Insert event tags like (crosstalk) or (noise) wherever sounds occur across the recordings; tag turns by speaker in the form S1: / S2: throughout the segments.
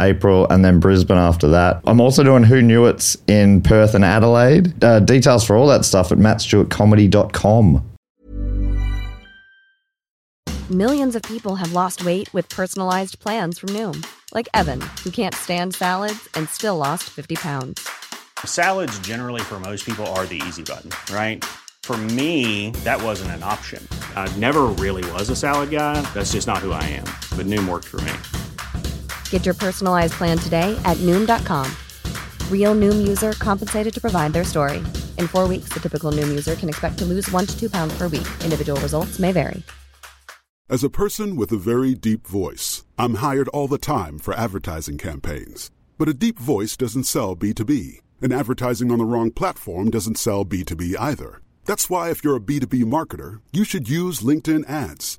S1: April, and then Brisbane after that. I'm also doing Who Knew It's in Perth and Adelaide. Uh, details for all that stuff at mattstewartcomedy.com.
S2: Millions of people have lost weight with personalized plans from Noom, like Evan, who can't stand salads and still lost 50 pounds.
S3: Salads, generally, for most people, are the easy button, right? For me, that wasn't an option. I never really was a salad guy. That's just not who I am. But Noom worked for me.
S2: Get your personalized plan today at Noom.com. Real Noom user compensated to provide their story. In four weeks, the typical Noom user can expect to lose one to two pounds per week. Individual results may vary.
S4: As a person with a very deep voice, I'm hired all the time for advertising campaigns. But a deep voice doesn't sell B2B, and advertising on the wrong platform doesn't sell B2B either. That's why, if you're a B2B marketer, you should use LinkedIn ads.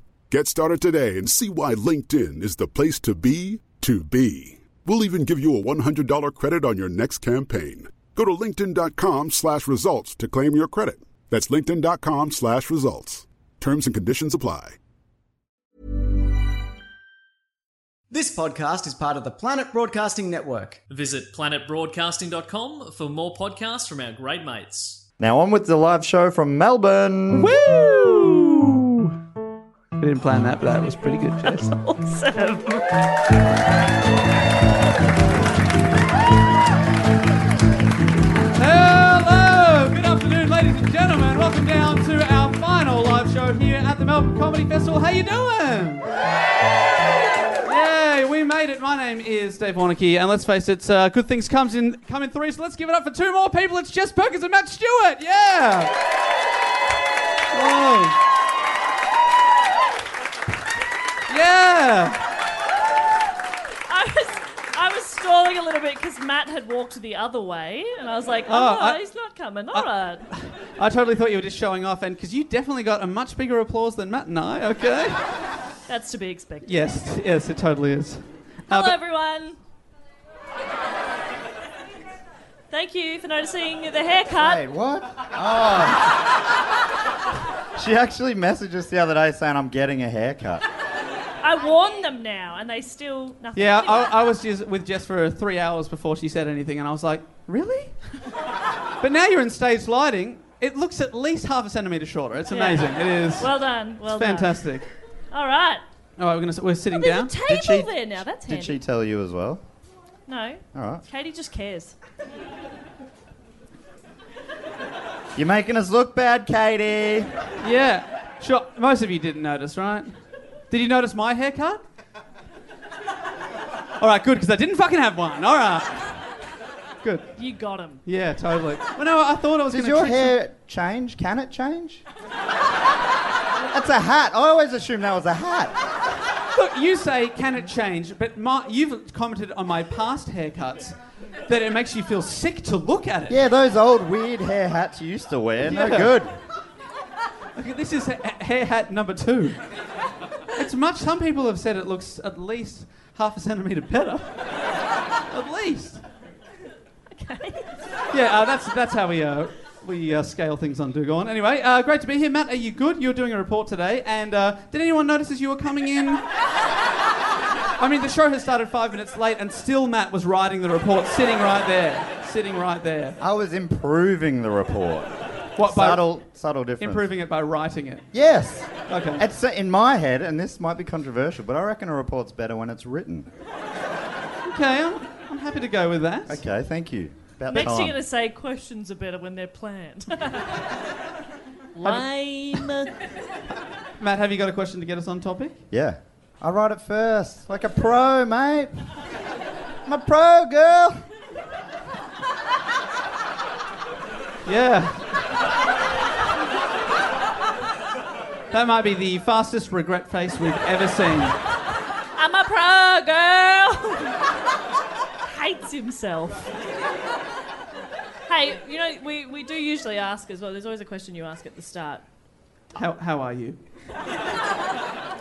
S4: Get started today and see why LinkedIn is the place to be to be. We'll even give you a $100 credit on your next campaign. Go to linkedin.com slash results to claim your credit. That's linkedin.com slash results. Terms and conditions apply.
S5: This podcast is part of the Planet Broadcasting Network.
S6: Visit planetbroadcasting.com for more podcasts from our great mates.
S1: Now on with the live show from Melbourne.
S7: Woo! I didn't plan that, but that was pretty good, Jess.
S8: Awesome.
S7: Hello! Good afternoon, ladies and gentlemen. Welcome down to our final live show here at the Melbourne Comedy Festival. How you doing? Yay! We made it. My name is Dave Warnicky, and let's face it, uh, good things comes in come in three. So let's give it up for two more people. It's Jess Perkins and Matt Stewart. Yeah. Whoa. Yeah.
S9: I was, I was stalling a little bit because Matt had walked the other way, and I was like, oh,
S7: I-
S9: he's not coming. All right.
S7: I totally thought you were just showing off, and because you definitely got a much bigger applause than Matt and I. Okay.
S9: That's to be expected.
S7: (laughs) yes, yes, it totally is.
S9: Hello,
S7: but-
S9: everyone. Thank you for noticing the haircut.
S1: Wait, what? Oh. she actually messaged us the other day saying, I'm getting a haircut.
S9: I warned them now, and they still nothing.
S7: Yeah,
S9: Anyway,
S7: I, I was just with Jess for three hours before she said anything, and I was like, really? (laughs) but now you're in stage lighting. It looks at least half a centimeter shorter. It's
S9: Yeah.
S7: amazing. It is
S9: well done. Well done.
S7: fantastic.
S9: All right.
S7: All right, we're gonna s- we're sitting
S9: There's
S7: down.
S9: a table there now. That's
S1: Did
S9: handy.
S1: she tell you as well?
S9: No,
S1: All right.
S9: Katie just cares.
S1: You're making us look bad, Katie.
S7: yeah, sure. Most of you didn't notice, right? Did you notice my (laughs) haircut? All right, good, because I didn't fucking have one. All right, good.
S9: You got him.
S7: Yeah, totally. Well, no, I thought I was
S1: Does
S7: gonna.
S1: your
S7: trick some-
S1: hair change? Can it change? That's a hat. I always assumed that was a hat.
S7: Look, you say can it change, but my, you've commented on my past haircuts that it makes you feel sick to look at it.
S1: Yeah, those old weird hair hats you used to wear. No
S7: Yeah.
S1: good.
S7: Look, this is ha- hair hat number two. It's much. Some people have said it looks uh, at least half a centimeter better. at least. Okay. Yeah, uh, that's that's how we uh, we uh, scale things on Dugon. Anyway, uh, great to be here, Matt. Are you good? You're doing a report today, and uh, did anyone notice as you were coming in? I mean, the show has started five minutes late, and still Matt was writing the report, sitting right there, sitting right there.
S1: I was improving the report.
S7: What
S1: Subtle, subtle
S7: by
S1: difference.
S7: improving it by writing it?
S1: Yes.
S7: Okay.
S1: It's uh, in my head, and this might be controversial, but I reckon a report's better when it's written.
S7: Okay, I'm, I'm happy to go with that.
S1: Okay, thank you. About
S9: Next, you're
S1: time.
S9: going to say questions are better when they're planned. Lame.
S7: Matt, have you got a question to get us on topic?
S1: Yeah. I write it first, like a pro, mate. I'm a pro, girl.
S7: Yeah. that might be the fastest regret face we've ever seen.
S9: I'm a pro girl. (laughs) Hates himself. Hey, you know, we, we do usually ask as well. There's always a question you ask at the start.
S7: How, how are you?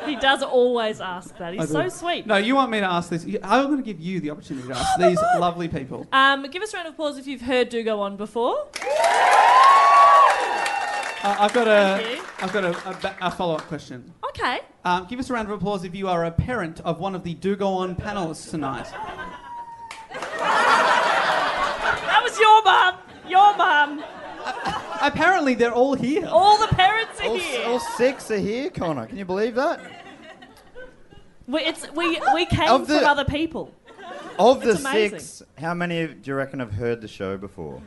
S9: He does always ask that. He's
S7: I
S9: so
S7: do.
S9: sweet.
S7: No, you want me to ask this. You- I'm going to give you the opportunity to
S1: (laughs)
S7: ask these lovely people.
S9: Um, give us a round of applause if you've heard Do Go On before.
S7: Uh, I've got a,
S9: Thank you.
S7: I've got a, a, ba- a follow-up question.
S9: Okay.
S7: Um, give us a round of applause if you are a parent of one of the Do Go On panelists tonight.
S9: That was your mum. Your mum.
S7: Apparently, they're all here.
S9: All the parents are
S1: All,
S9: here.
S1: all six are here, Connor. Can you believe that?
S9: we, it's, we, we came
S1: Of the-
S9: from other people.
S1: Of the
S9: It's amazing.
S1: six, how many do you reckon have heard the show before?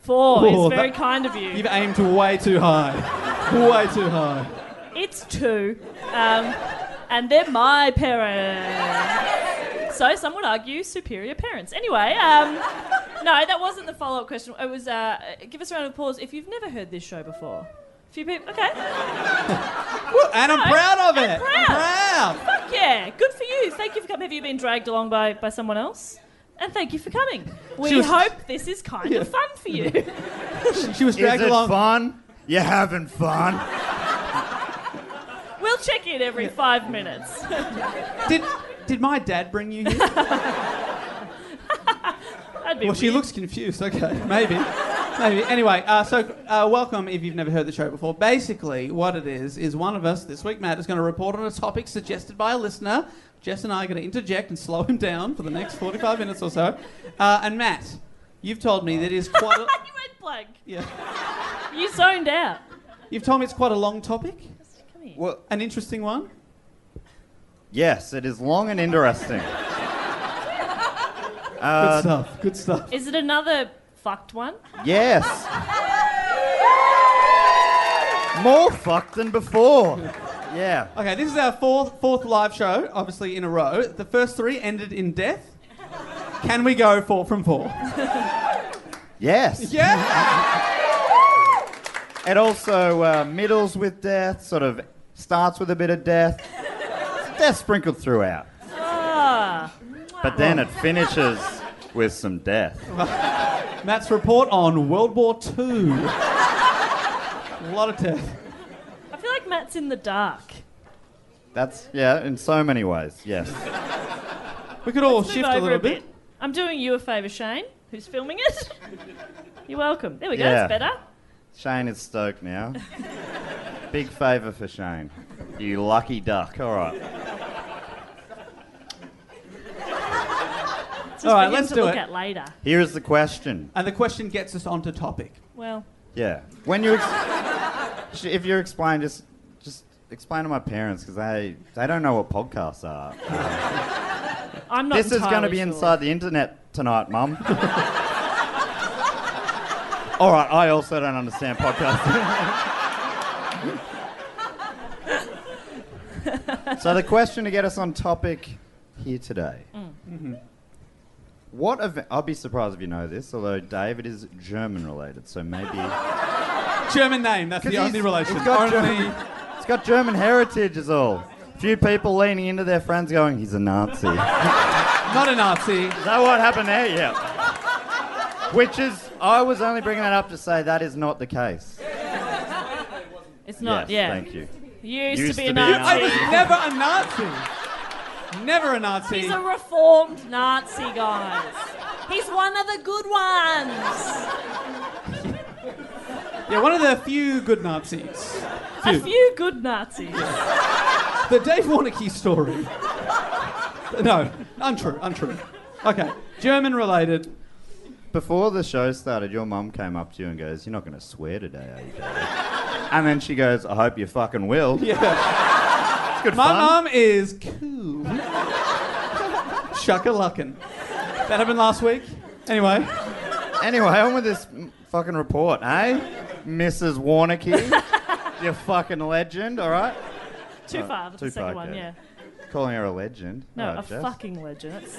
S9: Four is
S7: Four,
S9: very
S7: that-
S9: kind of you.
S7: You've aimed way too high. way too high.
S9: It's two. Um, and they're my parents. So some would argue superior parents. Anyway, um, no, that wasn't the follow up question. It was uh, give us a round of applause if you've never heard this show before. A few people. Okay.
S7: And I'm proud of
S9: I'm
S7: it.
S9: proud.
S7: I'm proud.
S9: Fuck yeah. Good for you. Thank you for coming. Have you been dragged along by, by someone else? And thank you for coming. We
S7: She was-
S9: hope this is kind
S7: Yeah.
S9: of fun for you.
S7: (laughs) She, she was
S1: Is
S7: dragged
S1: it
S7: along.
S1: fun? You're having fun.
S9: we'll check in every five minutes.
S7: Did, did my dad bring you here?
S9: That'd be
S7: well, she
S9: weird.
S7: looks confused. Okay, (laughs) maybe. Maybe. Anyway, uh, so uh, welcome if you've never heard the show before. Basically, what it is, is one of us this week, Matt, is going to report on a topic suggested by a listener. Jess and I are going to interject and slow him down for the next 45 minutes or so. Uh, and Matt, you've told me that it is
S9: (laughs)
S7: quite
S9: you
S7: a, (laughs)
S9: went blank.
S7: yeah,
S9: You zoned out.
S7: you've told me it's quite a long topic,
S9: Come here.
S1: Well,
S7: an interesting one.
S1: yes, it is long and interesting.
S7: Good
S1: Uh,
S7: stuff. Good stuff.
S9: Is it another fucked one?
S1: Yes. More fucked than before. Yeah.
S7: Okay, this is our fourth fourth live show, obviously in a row. The first three ended in death. Can we go four from four?
S1: Yes.
S7: Yeah.
S1: It also uh, middles with death, sort of starts with a bit of death. Death sprinkled throughout.
S9: Ah,
S1: But then it finishes with some death.
S7: Matt's report on World War II. a lot of death.
S9: I feel like Matt's in the dark.
S1: That's, yeah, in so many ways, yes.
S7: We could all
S9: Move
S7: shift a
S9: over
S7: little bit.
S9: I'm doing you a favour, Shane, who's filming it. (laughs) You're welcome. There we go.
S1: Yeah.
S9: That's better.
S1: Shane is stoked now. Big favour for Shane. You lucky duck. All right.
S9: It's just
S7: All
S9: for
S7: right,
S9: him
S7: let's
S9: to
S7: do
S9: look
S7: it.
S9: at later.
S1: Here is the question.
S7: And the question gets us onto topic.
S9: Well,
S1: Yeah. When you, ex- sh- if you explain, just just explain to my parents because they they don't know what podcasts are.
S9: I'm not.
S1: this is going to
S9: entirely
S1: be
S9: sure.
S1: inside the internet tonight, Mum. All right. I also don't understand podcasts. so the question to get us on topic here today. Mm-hmm. What event? I'll be surprised if you know this, although David is German related, so maybe.
S7: German name, that's
S1: 'Cause
S7: the
S1: he's-
S7: only relation.
S1: he's
S7: Only-
S1: got German- It's got German heritage, is all. Few people leaning into their friends going, he's a Nazi. is that
S7: not a Nazi.
S1: what happened there? Yeah. Which is, I was only bringing that up to say that is not the case.
S9: It's not.
S1: Yes,
S9: yeah.
S1: Thank you.
S9: Used, to
S1: Used
S9: be
S1: to
S9: a
S1: be a
S7: I
S9: Nazi.
S7: was never a Nazi. Never a Nazi.
S9: He's a reformed Nazi, guys. He's one of the good ones.
S7: Yeah, one of the few good Nazis.
S9: A few good Nazis.
S7: The Dave Warnicky story. No, untrue, untrue. Okay, German related.
S1: Before the show started, your mum came up to you and goes, you're not going to swear today, are you, David? And then she goes, I hope you fucking will.
S7: Yeah.
S1: It's good
S7: My
S1: fun.
S7: mum is cool. Shaka luckin'. That happened last week. Anyway,
S1: Anyway, on with this m- fucking report, eh?
S9: (laughs)
S1: Mrs. Warnicky, you fucking legend, all right?
S9: Too far. That's
S1: Uh, too
S9: the second
S1: far,
S9: one,
S1: okay.
S9: yeah.
S1: Calling her a legend.
S9: No,
S1: Alright,
S9: a
S1: Jess.
S9: fucking legend. That's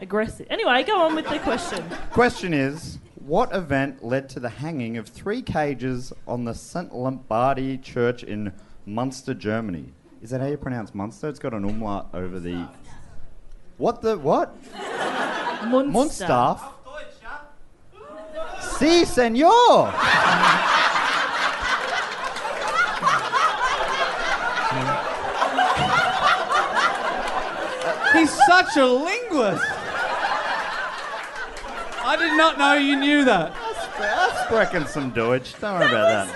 S9: aggressive. Anyway, go on with the question.
S1: Question is, what event led to the hanging of three cages on the St. Lombardi Church in Munster, Germany? Is that how you pronounce Munster? It's got an umlaut over the. What the what?
S9: Munster.
S1: Munster. Si, senor.
S7: he's such a linguist. I did not know you knew that.
S1: I reckon some Deutsch. Don't worry about that.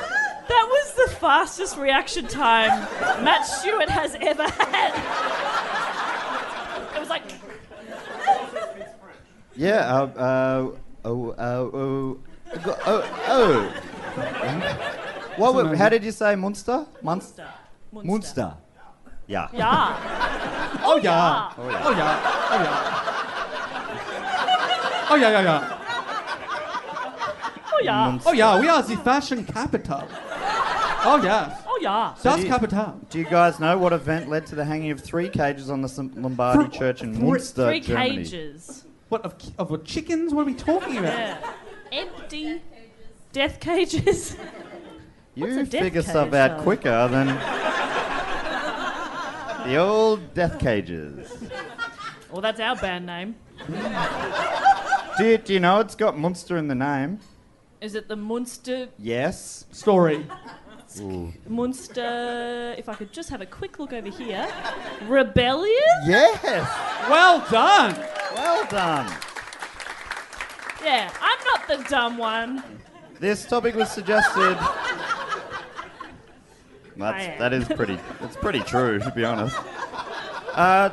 S9: That was the fastest reaction time Matt Stewart has ever had. It was like,
S1: Yeah. Uh, uh, oh, uh, oh, go- oh, oh. What? wa- how did you say Munster? Munster.
S9: Munster.
S1: Munster. Yeah.
S9: Yeah.
S7: Oh yeah.
S1: Oh, yeah.
S7: Oh yeah. Oh yeah. Oh yeah, yeah, yeah.
S9: Oh, yeah.
S7: Oh yeah, we are the fashion capital. Oh yeah.
S9: Oh, yeah.
S7: Das
S1: you-
S7: Kapital.
S1: Do you guys know what event led to the hanging of three cages on the St. Lombardi
S7: Three-
S1: Church in
S7: three-
S1: Munster,
S9: Three
S1: Germany?
S9: cages.
S7: What of, of what chickens? What are we talking about?
S9: Yeah. Empty death cages. (laughs) What's
S1: You
S9: a death
S1: figure stuff
S9: cage,
S1: out
S9: though?
S1: quicker than the old death cages.
S9: Well, that's our band name.
S1: Do you, do you know it's got Munster in the name?
S9: Is it the Munster?
S1: Yes.
S7: Story.
S9: Munster. If I could just have a quick look over here. Rebellion?
S1: Yes.
S7: Well done.
S1: Well done.
S9: Yeah, I'm not the dumb one.
S1: This topic was suggested.
S9: am.
S1: That's, that is pretty. It's pretty true, to be honest. Uh,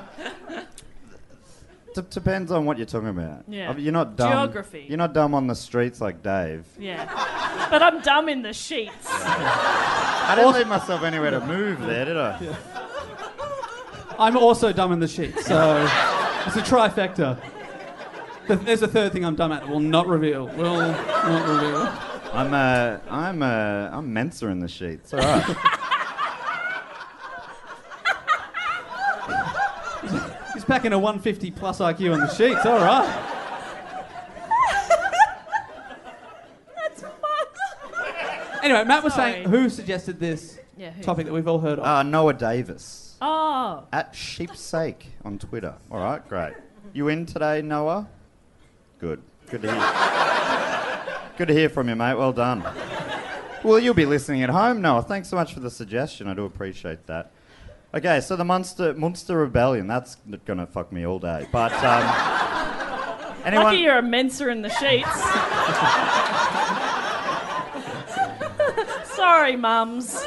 S1: d- depends on what you're talking about.
S9: Yeah.
S1: I mean, You're not dumb.
S9: Geography.
S1: You're not dumb on the streets like Dave.
S9: Yeah. But I'm dumb in the sheets.
S1: I didn't leave myself anywhere to move there, did I?
S7: I'm also dumb in the sheet,
S9: (laughs)
S7: so it's a trifecta. Th- There's a third thing I'm dumb at. We'll not reveal. We'll not reveal.
S1: I'm a. I'm a. I'm Mensa in the sheets. All right.
S7: He's packing a 150 plus IQ on the sheets. All right.
S9: That's fun.
S7: Anyway, Matt was
S9: Sorry.
S7: saying who suggested this
S9: Yeah, who?
S7: topic that we've all heard of.
S1: Uh, Noah Davis.
S9: Oh,
S1: At Sheepsake on Twitter. All right, great. You in today, Noah? Good. Good to hear. Good to hear from you, mate. Well done. Well, you'll be listening at home, Noah. Thanks so much for the suggestion. I do appreciate that. Okay, so the Munster Munster Rebellion. That's n- gonna fuck me all day. But um,
S9: (laughs)
S1: anyone?
S9: lucky you're a Mensa in the sheets. Sorry, mums.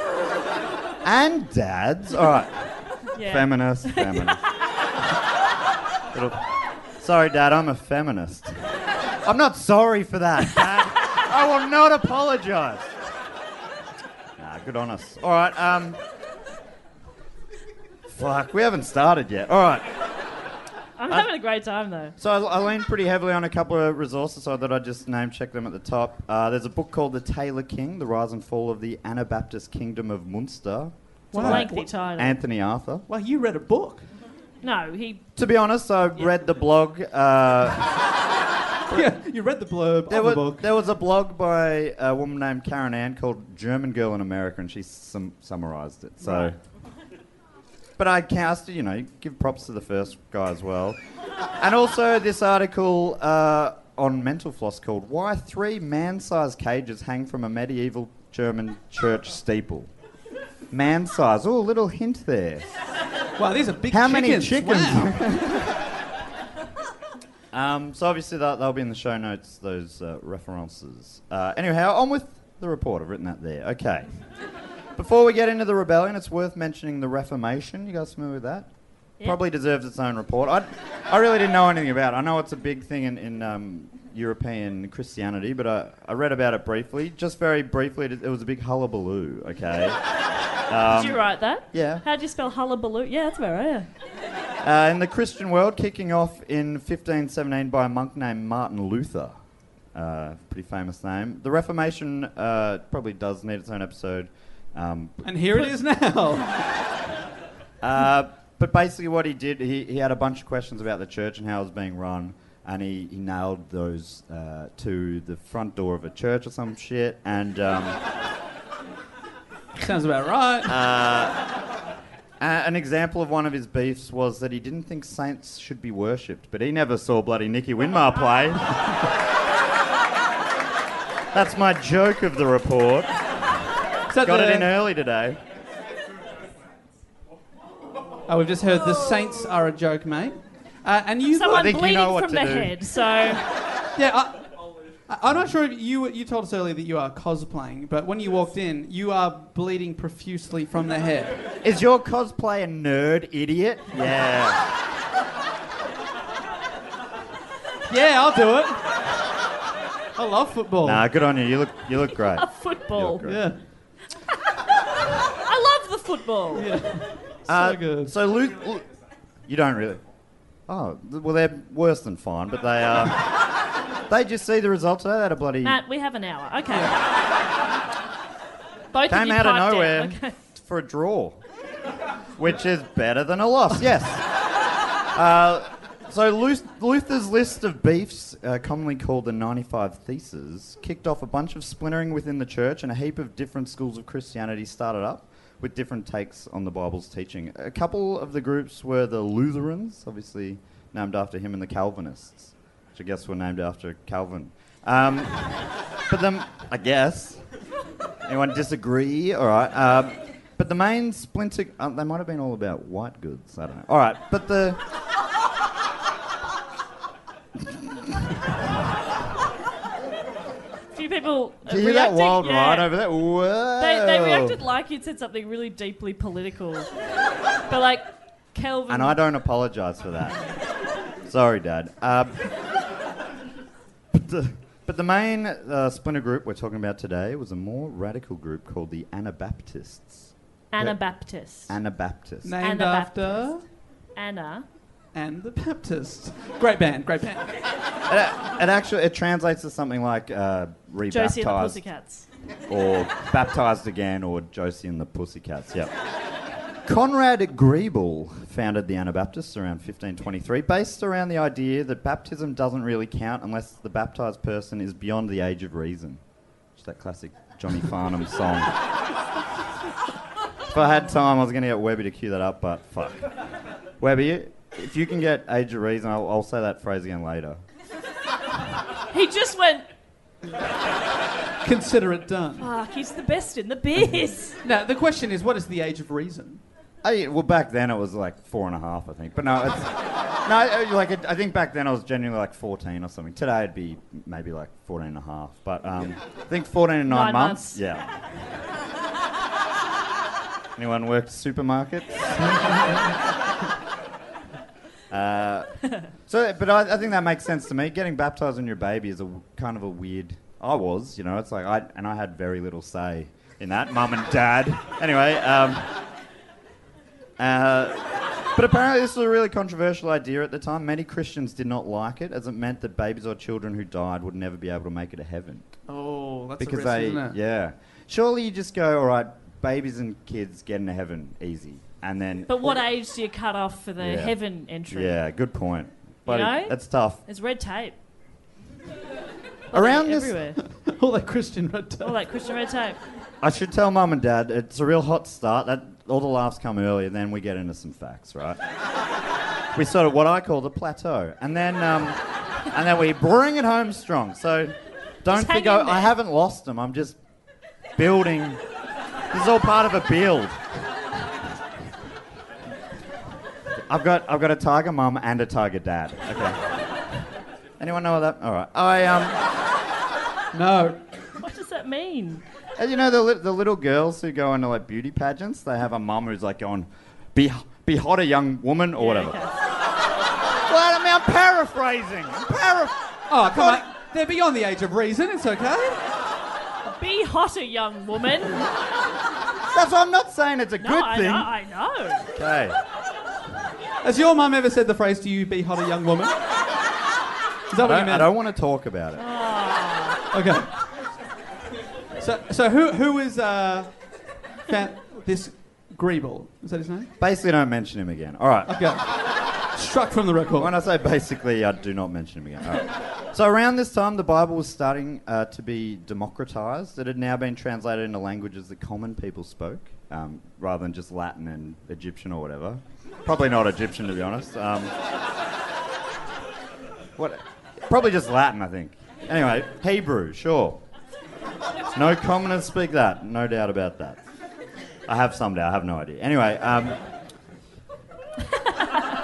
S1: and dads. All right,
S9: Yeah.
S1: feminist, feminist. Little- sorry, Dad, I'm a feminist. I'm not sorry for that, Dad. I will not apologise. Nah, good on us. All right. Um, fuck, we haven't started yet. All right.
S9: I'm having a great time though.
S1: So I, I leaned pretty heavily on a couple of resources, so I thought I'd just name check them at the top. Uh, there's a book called The Taylor King: The Rise and Fall of the Anabaptist Kingdom of Munster.
S9: It's a lengthy title.
S1: Anthony Arthur.
S7: well, you read a book.
S9: no, he.
S1: To be honest, I read the blog. Uh,
S7: Yeah, (laughs) you read the blurb
S1: there,
S7: of the
S1: was,
S7: book.
S1: there was a blog by a woman named Karen Ann called German Girl in America, and she sum- summarized it. So, (laughs) But I cast it, you know, give props to the first guy as well. (laughs) and also this article uh, on Mental Floss called Why Three Man Sized Cages Hang from a Medieval German Church Steeple. Man size. Oh, a little hint there.
S7: Wow, these are big
S1: How
S7: chickens.
S1: many chickens?
S7: Wow.
S1: (laughs) um, so obviously that, that'll be in the show notes. Those uh, references. Uh, anyhow, on with the report. I've written that there. Okay. Before we get into the rebellion, it's worth mentioning the Reformation. You guys familiar with that? Probably deserves its own report. I, I really didn't know anything about it. I know it's a big thing in, in um, European Christianity, but I, I read about it briefly. Just very briefly, it, it was a big hullabaloo, okay?
S9: Did you write that?
S1: Um, yeah.
S9: How'd you spell hullabaloo? Yeah, that's about right.
S1: Uh, in the Christian world, kicking off in 1517 by a monk named Martin Luther. Uh, pretty famous name. The Reformation uh, probably does need its own episode. Um,
S7: And here it is now.
S1: uh, but basically, what he did, he, he had a bunch of questions about the church and how it was being run, and he, he nailed those uh, to the front door of a church or some shit. And um,
S7: Sounds about right.
S1: Uh, an example of one of his beefs was that he didn't think saints should be worshipped, but he never saw bloody Nicky Winmar play. (laughs) That's my joke of the report.
S7: Is that
S1: Got
S7: the-
S1: it in early today.
S7: Oh, we've just heard the Saints are a joke, mate. Uh, and you,
S9: Someone
S1: think you
S9: bleeding
S1: know what
S9: from the
S1: to do.
S9: head. So
S7: yeah, I, uh, I- I'm not sure if you you told us earlier that you are cosplaying, but when you walked in, you are bleeding profusely from the
S9: (laughs)
S7: head.
S1: Is your cosplay a nerd idiot? Yeah.
S7: Yeah, I'll do it. I love football.
S1: nah, good on you. You look, you
S7: (laughs)
S1: look great.
S9: football.
S1: You're
S7: Oh, Yeah,
S9: I love the football.
S7: so good.
S1: Uh, So Luke, Lu- you don't really. Oh, th- well, they're worse than fine, but they Uh, they just see the results. They had a bloody.
S9: Matt, we have an hour. Okay. Both of
S1: Came
S9: you
S1: out of
S9: piped
S1: nowhere
S9: Out. Okay.
S1: (laughs) for a draw, which is better than a loss, yes. uh, so Luth- Luther's list of beefs, uh, commonly called the 95 Theses, kicked off a bunch of splintering within the church and a heap of different schools of Christianity started up with different takes on the Bible's teaching. A couple of the groups were the Lutherans, obviously named after him, and the Calvinists, which I guess were named after Calvin. Um, but them, I guess. Anyone disagree? All right. Um, but the main splinter, uh, they might have been all about white goods. I don't know. All right. But the.
S9: A few people.
S1: Do you hear that
S9: reacted-
S1: wild
S9: yeah.
S1: ride over there? Whoa.
S9: They, they reacted like you'd said something really deeply political. but like, Kelvin.
S1: And I don't apologise for that. Sorry, Dad. Uh, but, the, but the main uh, splinter group we're talking about today was a more radical group called the Anabaptists.
S9: Anabaptist.
S1: Anabaptists.
S7: Named
S9: Anabaptist.
S7: after
S9: Anna.
S7: and the Baptist. Great band, great band.
S1: It actually it translates to something like uh, rebaptized.
S9: Josie and the Pussycats.
S1: or baptized again, or Josie and the Pussycats. Yep. Conrad Grebel founded the Anabaptists around 1523, based around the idea that baptism doesn't really count unless the baptized person is beyond the age of reason. It's that classic Johnny Farnham song. if I had time, I was going to get Webby to cue that up, but fuck. Webby, you- if you can get age of reason, I'll, I'll say that phrase again later.
S9: He just went,
S7: Consider it done.
S9: fuck, he's the best in the
S1: (laughs)
S9: biz.
S7: Now the question is, what is the age of reason?
S1: Oh, yeah, well, back then it was like four and a half, I think. But no, it's, no, uh, like it, I think back then I was genuinely like 14 or something. Today it'd be maybe like 14 and a half. But um, I think 14 and nine,
S9: Nine
S1: months.
S9: months.
S1: Yeah. Anyone worked supermarkets? uh, so, but I, I think that makes sense to me. Getting baptized on your baby is a w- kind of a weird. I was, you know, it's like I and I had very little say in that. Mum and dad. Anyway. Um, uh, but apparently, this was a really controversial idea at the time. Many Christians did not like it, as it meant that babies or children who died would never be able to make it to heaven
S7: Oh, that's
S1: because
S7: a risk,
S1: they,
S7: isn't it?
S1: yeah. Surely you just go, all right, babies and kids get into heaven easy, and then.
S9: But what age do you cut off for the
S1: Yeah.
S9: heaven entry?
S1: Yeah, good point. But
S9: know?
S1: that's tough.
S9: There's red tape
S1: Around this,
S9: everywhere.
S7: (laughs) All that Christian red tape.
S9: All that Christian red tape.
S1: I should tell mum and dad it's a real hot start. That all the laughs come early, and then we get into some
S9: (laughs)
S1: facts, right? we sort of what I call the plateau, and then um, and then we bring it home strong. So don't
S9: Just
S1: think
S9: hang
S1: I,
S9: in
S1: I
S9: there.
S1: haven't lost them. I'm just building. This is all part of a build. I've got I've got a tiger mum and a tiger dad. Okay. Anyone know what that? All right. I um.
S7: No,
S9: What does that mean?
S1: And you know the li- the little girls who go into like beauty pageants, they have a mum who's like going, "Be be hotter, young woman," or whatever.
S9: okay.
S1: Well, I mean, I'm paraphrasing. I'm paraphrasing.
S7: Oh, come on. They're beyond the age of reason. It's okay.
S9: Be hotter, young woman. no,
S1: That's why I'm not saying it's a good
S9: I
S1: thing.
S9: know. I know.
S1: Okay.
S7: Has your mum ever said the phrase to you, be hotter, young woman? Is that
S1: I
S7: what you
S1: don't,
S7: meant?
S1: want to talk about it.
S7: Okay. So, so who, who is uh, fa- this Griebel? Is that his name?
S1: Basically, don't mention him again. All right.
S7: Okay. Struck from the record.
S1: When I say basically, I do not mention him again. All right. So around this time, the Bible was starting uh, to be democratized. It had now been translated into languages that common people spoke, um, rather than just Latin and Egyptian or whatever. Probably not Egyptian, to be honest. Um, what? Probably just Latin, I think. Anyway, Hebrew, sure. No commoners speak that. No doubt about that. I have some doubt. I have no idea. Anyway. Um, (laughs)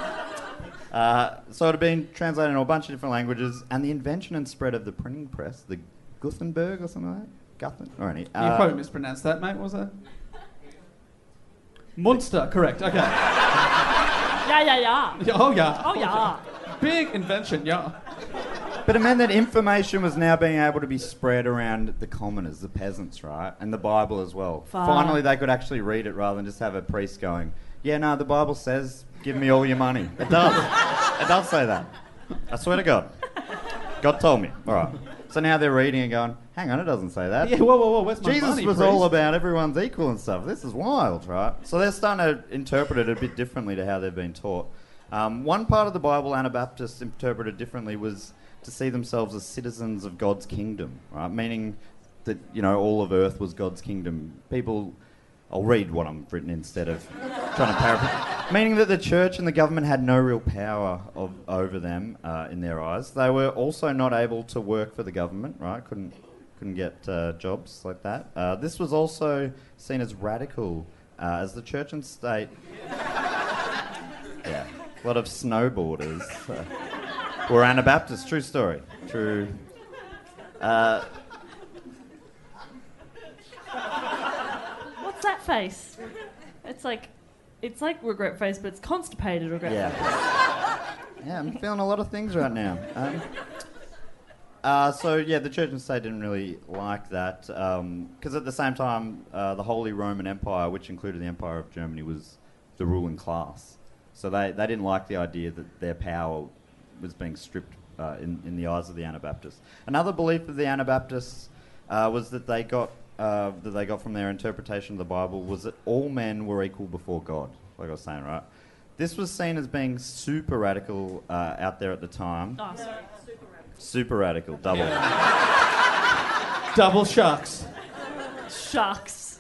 S1: Uh, so it had been translated into a bunch of different languages, and the invention and spread of the printing press, the Gutenberg or something like that? Guthen? Or any.
S7: you
S1: Uh,
S7: probably mispronounced that, mate. What was that? Munster, correct. Okay.
S9: Yeah, yeah, yeah.
S7: Yeah, Oh, yeah.
S9: Oh, yeah.
S7: Big invention, yeah.
S1: but it meant that information was now being able to be spread around the commoners, the peasants, right? And the Bible as well.
S9: Fuck.
S1: Finally, they could actually read it rather than just have a priest going, Yeah, no, the Bible says, give me all your money. (laughs) It does. it does say that. I swear to God. God told me. All right. So now they're reading and going, Hang on, it doesn't say that.
S7: Yeah, whoa, whoa, whoa. Where's my
S1: Jesus
S7: money,
S1: was
S7: priest?
S1: all about everyone's equal and stuff. This is wild, right? So they're starting to interpret it a bit differently to how they've been taught. Um, one part of the Bible Anabaptists interpreted differently was to see themselves as citizens of God's kingdom, right? Meaning that you know all of earth was God's kingdom. People, I'll read what I'm written instead of trying to paraphrase. Meaning that the church and the government had no real power of, over them uh, in their eyes. They were also not able to work for the government, right? Couldn't couldn't get uh, jobs like that. Uh, this was also seen as radical, uh, as the church and state. yeah, a lot of snowboarders uh, were Anabaptists. True story. True.
S9: What's that face? It's like, it's like regret face, but it's constipated regret.
S1: Yeah. Yeah, I'm feeling a lot of things right now. Um, uh, so yeah, the church and state didn't really like that because at the same time, uh, the Holy Roman Empire, which included the Empire of Germany, was the ruling class. So they, they didn't like the idea that their power was being stripped uh, in, in the eyes of the Anabaptists. Another belief of the Anabaptists uh, was that they got uh, that they got from their interpretation of the Bible was that all men were equal before God. Like I was saying, right? This was seen as being super radical uh, out there at the time.
S9: Oh, sorry.
S1: Super radical, double.
S7: Double shucks.
S9: Shucks.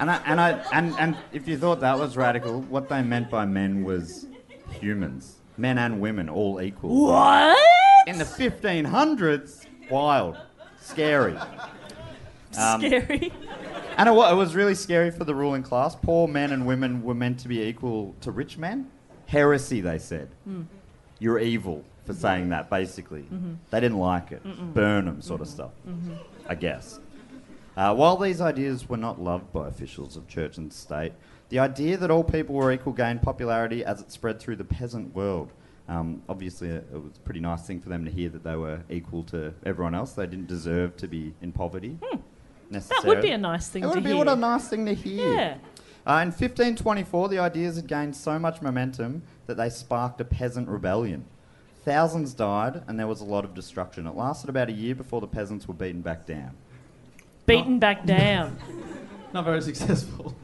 S1: And I, and I and, and if you thought that was radical, what they meant by men was humans, men and women, all equal.
S9: What?
S1: In the 1500s, wild, scary,
S9: Scary.
S1: and it, wa- it was really scary for the ruling class. Poor men and women were meant to be equal to rich men. Heresy, they said.
S9: Mm.
S1: You're evil for
S9: Mm-hmm.
S1: saying that. Basically, they didn't like it. Burn them, sort of stuff.
S9: Mm-hmm.
S1: I guess. Uh, while these ideas were not loved by officials of church and state, the idea that all people were equal gained popularity as it spread through the peasant world. Um, obviously, it was a pretty nice thing for them to hear that they were equal to everyone else. They didn't deserve to be in poverty.
S9: Hmm. That
S1: necessarily.
S9: would be a nice thing
S1: It
S9: to
S1: would be
S9: hear.
S1: what a nice thing to hear.
S9: Yeah.
S1: Uh, in 1524, the ideas had gained so much momentum that they sparked a peasant rebellion. Thousands died, and there was a lot of destruction. It lasted about a year before the peasants were beaten back down.
S9: Beaten
S1: Oh.
S9: back
S1: (laughs)
S9: down.
S7: Not very successful.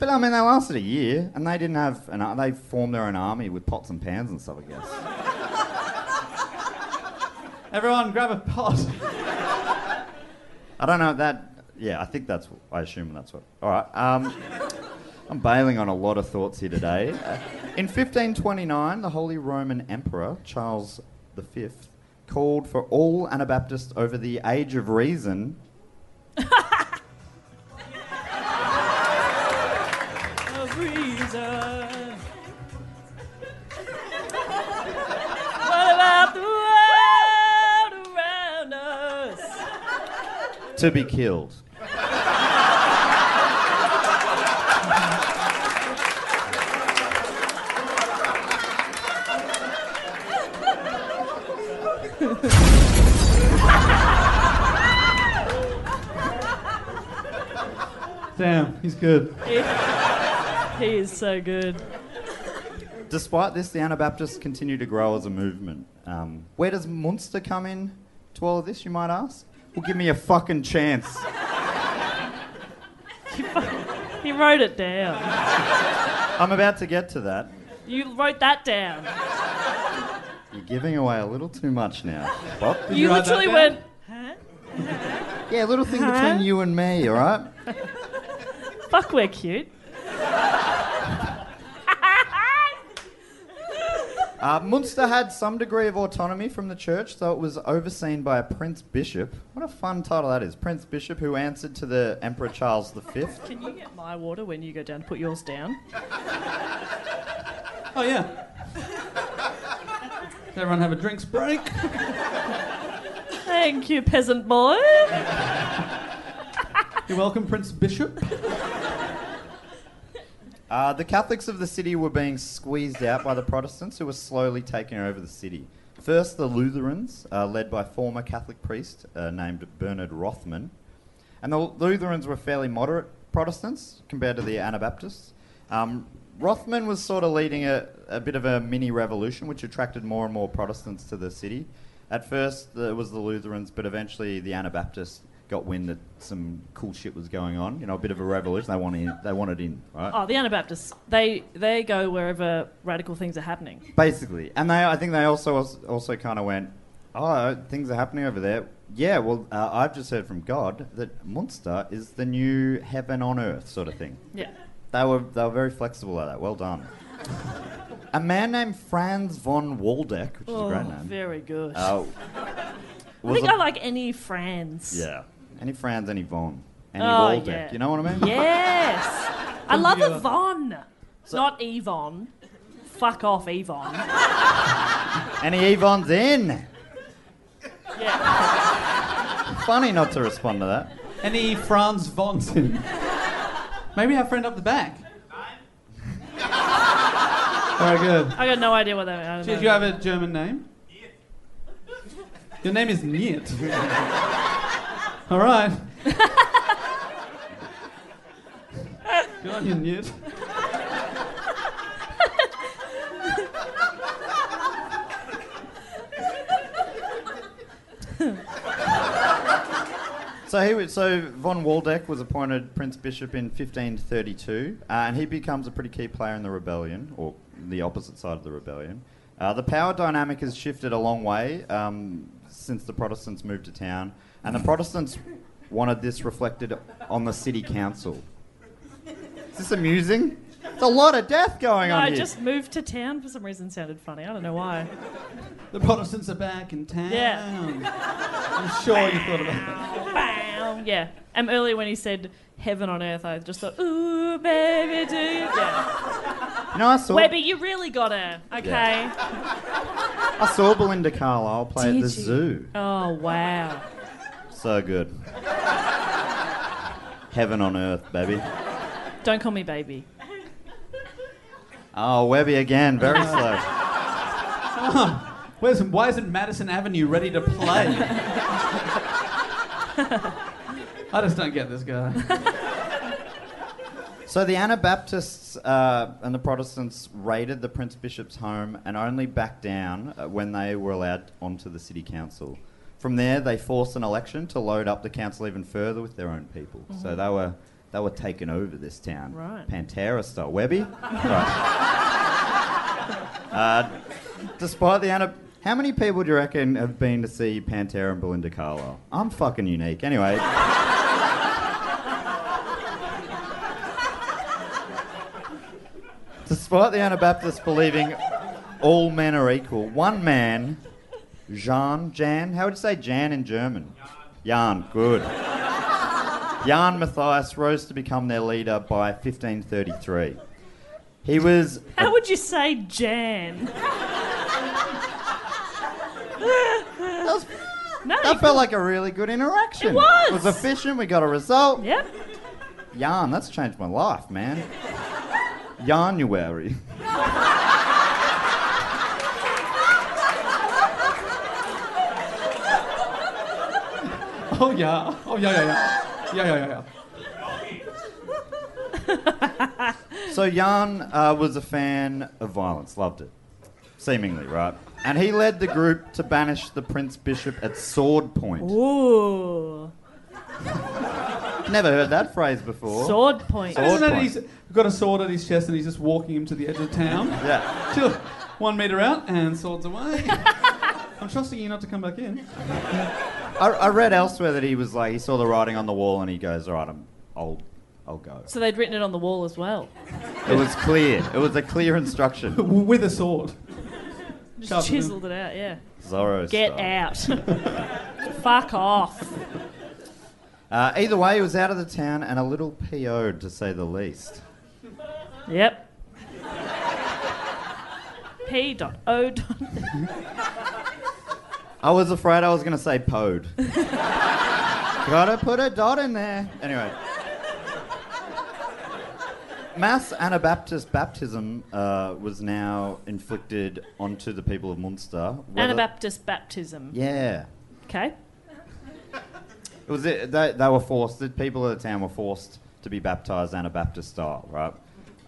S1: But I mean, they lasted a year, and they didn't have. An, ar- they formed their own army with pots and pans and stuff, I guess.
S7: Everyone, grab a pot.
S1: I don't know that. Yeah, I think that's. wh- I assume that's what. All right. Um, (laughs) I'm bailing on a lot of thoughts here today. Uh, in 1529, the Holy Roman Emperor Charles V called for all Anabaptists over the age of reason.
S9: A reason. what about the world around us?
S1: to be killed.
S7: Damn, he's good.
S9: He is so good.
S1: Despite this, the Anabaptists continue to grow as a movement. Um, where does Munster come in to all of this, you might ask? Well, give me a fucking chance.
S9: He wrote it down.
S1: I'm about to get to that.
S9: You wrote that down.
S1: You're giving away a little too much now, Bob.
S9: You, literally went.
S1: Yeah, a little thing between you and me, all right?
S9: Fuck, we're cute.
S1: Uh, Munster had some degree of autonomy from the church, though it was overseen by a prince bishop. What a fun title that is, prince bishop, who answered to the Emperor Charles V.
S9: Can you get my water when you go down? Put yours down.
S7: Oh, yeah. Does everyone have a drinks break?
S9: Thank you, peasant boy.
S7: You're welcome, Prince Bishop.
S1: Uh, the Catholics of the city were being squeezed out by the Protestants, who were slowly taking over the city. First, the Lutherans, uh, led by former Catholic priest uh, named Bernard Rothman, and the Lutherans were fairly moderate Protestants compared to the Anabaptists. Um, Rothman was sort of leading a, a bit of a mini revolution, which attracted more and more Protestants to the city. At first, uh, it was the Lutherans, but eventually the Anabaptists got wind that some cool shit was going on. You know, a bit of a revolution. They wanted in. They wanted in, right?
S9: Oh, the Anabaptists. They they go wherever radical things are happening.
S1: Basically, and they, I think they also also kind of went, oh, things are happening over there. Yeah, well, uh, I've just heard from God that Munster is the new heaven on earth sort of thing.
S9: Yeah.
S1: They were they were very flexible like that. Well done. A man named Franz von Waldeck, which is a great
S9: Oh,
S1: name.
S9: very good.
S1: uh,
S9: (laughs) I
S1: was
S9: think
S1: a-
S9: I like any Franz.
S1: Yeah. Any Franz, any von, any
S9: Oh,
S1: Waldeck.
S9: yeah.
S1: You know what I mean?
S9: Yes. I love Yvonne. Not Yvonne. Fuck off, Yvonne.
S1: Any Yvonne's in.
S9: Yeah.
S1: Funny not to respond to that.
S7: Any Franz Vonson? Maybe our friend up the back. Very good.
S9: (laughs) I got no idea what that means.
S7: Did you have a German name? Your name is Niet. All right. Good on you, Niet.
S1: So he was, so von Waldeck was appointed prince bishop in 1532, uh, and he becomes a pretty key player in the rebellion, or the opposite side of the rebellion. Uh, the power dynamic has shifted a long way um, since the Protestants moved to town, and the Protestants wanted this reflected on the city council. Is this amusing? There's a lot of death going
S9: no,
S1: on
S9: I
S1: here.
S9: just moved to town for some reason sounded funny. I don't know why.
S7: The Protestants are back in town.
S9: Yeah.
S7: I'm sure you thought about that.
S9: Bam. Yeah. And earlier when he said heaven on earth, I just thought, ooh, baby, do you? Yeah.
S1: You know, I saw,
S9: Webby, you really got her. Okay.
S1: I saw Belinda Carlisle play
S9: Did
S1: at the
S9: you?
S1: zoo.
S9: Oh, wow.
S1: So good. Heaven on earth, baby.
S9: Don't call me baby.
S1: Oh, Webby again, very slow.
S7: Where's, why isn't Madison Avenue ready to play? I just don't get this guy.
S1: So the Anabaptists uh, and the Protestants raided the Prince Bishop's home and only backed down uh, when they were allowed onto the city council. From there, they forced an election to load up the council even further with their own people. So they were they were taking over this town,
S9: Right.
S1: Pantera style. Webby, right. uh, despite the Anab, how many people do you reckon have been to see Pantera and Belinda Carlisle? I'm fucking unique. Anyway. Despite the Anabaptists believing all men are equal, one man, Jean, Jan, how would you say Jan in German? Jan, good. Jan Matthias rose to become their leader by 1533. He was.
S9: How would you say Jan? (laughs) no,
S1: That felt like a really good interaction.
S9: It was.
S1: It was efficient, we got a result.
S9: Yep.
S1: Jan, that's changed my life, man. January.
S7: Oh yeah. Oh yeah yeah yeah. Yeah yeah yeah. yeah.
S1: So Jan uh, was a fan of violence, loved it, seemingly, right? And he led the group to banish the Prince Bishop at sword point.
S9: Ooh.
S1: Never heard that phrase before.
S9: Sword point.
S1: Sword
S7: Isn't that
S1: point.
S7: he's got a sword at his chest and he's just walking him to the edge of town?
S1: (laughs) Yeah.
S7: Chill. One meter out and swords away. I'm trusting you not to come back in.
S1: I, I read elsewhere that he was like, he saw the writing on the wall and he goes, all right, I'm, I'll, I'll go.
S9: So they'd written it on the wall as well.
S1: It was clear. It was a clear
S9: (laughs)
S1: instruction.
S7: W- With a sword.
S9: Just
S7: Sharpen them.
S9: chiseled it out, yeah.
S1: Zorro
S9: Get
S1: style.
S9: out.
S8: (laughs)
S9: Fuck off.
S1: Uh, either way, he was out of the town and a little PO'd, to say the least.
S8: (laughs)
S9: Yep. P dot O dot.
S1: I was afraid I was going to say PO'd. Gotta put a dot in there. Anyway. Mass Anabaptist baptism uh, was now inflicted onto the people of Munster. whether-
S9: Anabaptist baptism.
S1: Yeah.
S9: Okay.
S1: It was it, they, they were forced. The people of the town were forced to be baptized Anabaptist style, right?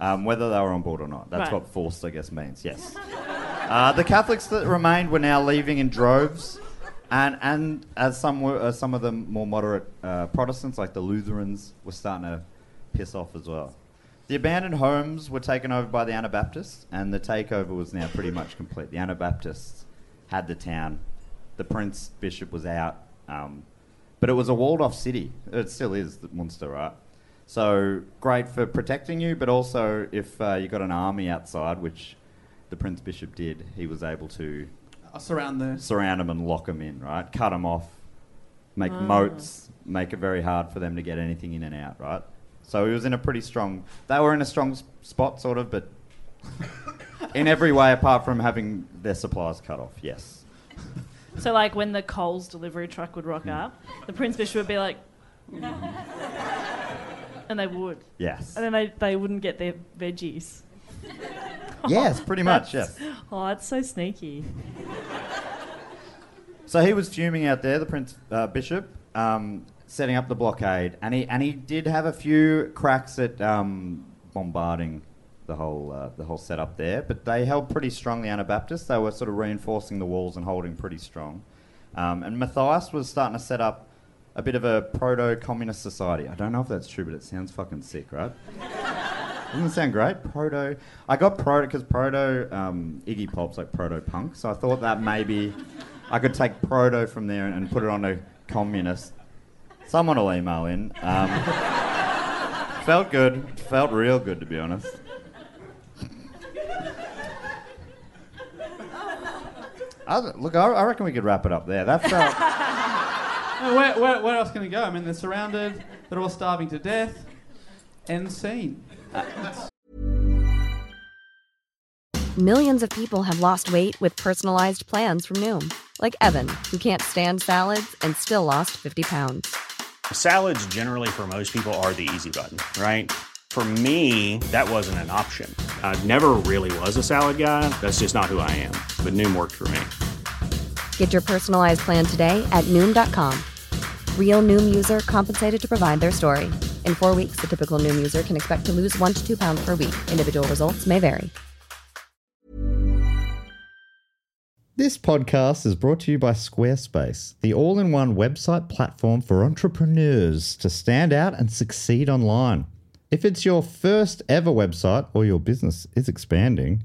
S1: Um, whether they were on board or not. That's
S9: Right.
S1: what forced, I guess, means. Yes. Uh, the Catholics that remained were now leaving in droves, and and as some were, uh, some of the more moderate uh, Protestants, like the Lutherans, were starting to piss off as well. The abandoned homes were taken over by the Anabaptists, and the takeover was now pretty much complete. The Anabaptists had the town. The prince bishop was out, um, but it was a walled off city. It still is, the Munster, right? So great for protecting you, but also if uh, you got an army outside, which the Prince Bishop did, he was able to
S7: I'll surround the.
S1: surround them and lock them in, right? Cut them off, make moats, make it very hard for them to get anything in and out, right? So he was in a pretty strong. They were in a strong s- spot, sort of, but in every way apart from having their supplies cut off. Yes.
S9: So, like, when the Coles delivery truck would
S8: Mm.
S9: rock up, the Prince Bishop would
S8: (laughs)
S9: be like. and they would.
S1: Yes.
S9: And then they, they wouldn't get their veggies.
S1: Yes, pretty much. Yes.
S9: Oh, it's so sneaky.
S1: So he was fuming out there, the Prince uh, Bishop, um, setting up the blockade, and he and he did have a few cracks at um, bombarding the whole uh, the whole setup there. But they held pretty strong the Anabaptists. They were sort of reinforcing the walls and holding pretty strong. Um, and Matthias was starting to set up a bit of a proto-communist society. I don't know if that's true, but it sounds fucking sick, right? (laughs) Doesn't it sound great? Proto. I got proto because proto um, Iggy Pop's like proto punk, so I thought that maybe I could take proto from there and, put it on a communist. Someone will email in. Um, felt good. Felt real good, to be honest. I, look, I, I reckon we could wrap it up there. That felt.
S7: No, Uh, Where, where, where else can we go? I mean, they're surrounded, they're all starving to death. End scene.
S2: Millions of people have lost weight with personalized plans from Noom, like Evan, who can't stand salads and still lost 50 pounds.
S3: Salads, generally, for most people, are the easy button, right? For me, that wasn't an option. I never really was a salad guy. That's just not who I am. But Noom worked for me.
S2: Get your personalized plan today at Noom.com. Real Noom user compensated to provide their story. In four weeks, the typical Noom user can expect to lose one to two pounds per week. Individual results may vary.
S10: This podcast is brought to you by Squarespace, the all in one website platform for entrepreneurs to stand out and succeed online. If it's your first ever website or your business is expanding,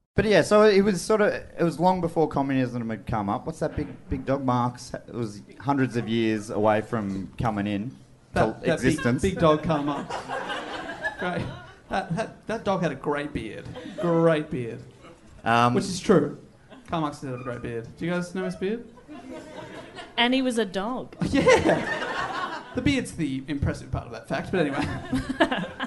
S1: But yeah, so it was sort of it was long before communism had come up. What's that big big dog Marx? It was hundreds of years away from coming in
S7: That,
S1: to
S7: that big-
S1: existence.
S7: Big, dog Karl Marx. Great. That, that, that dog had a great beard. Great beard.
S1: um,
S7: Which is true. Karl Marx did have a great beard. Do you guys know his beard?
S9: And he was a dog.
S7: The beard's the impressive part of that fact, but anyway.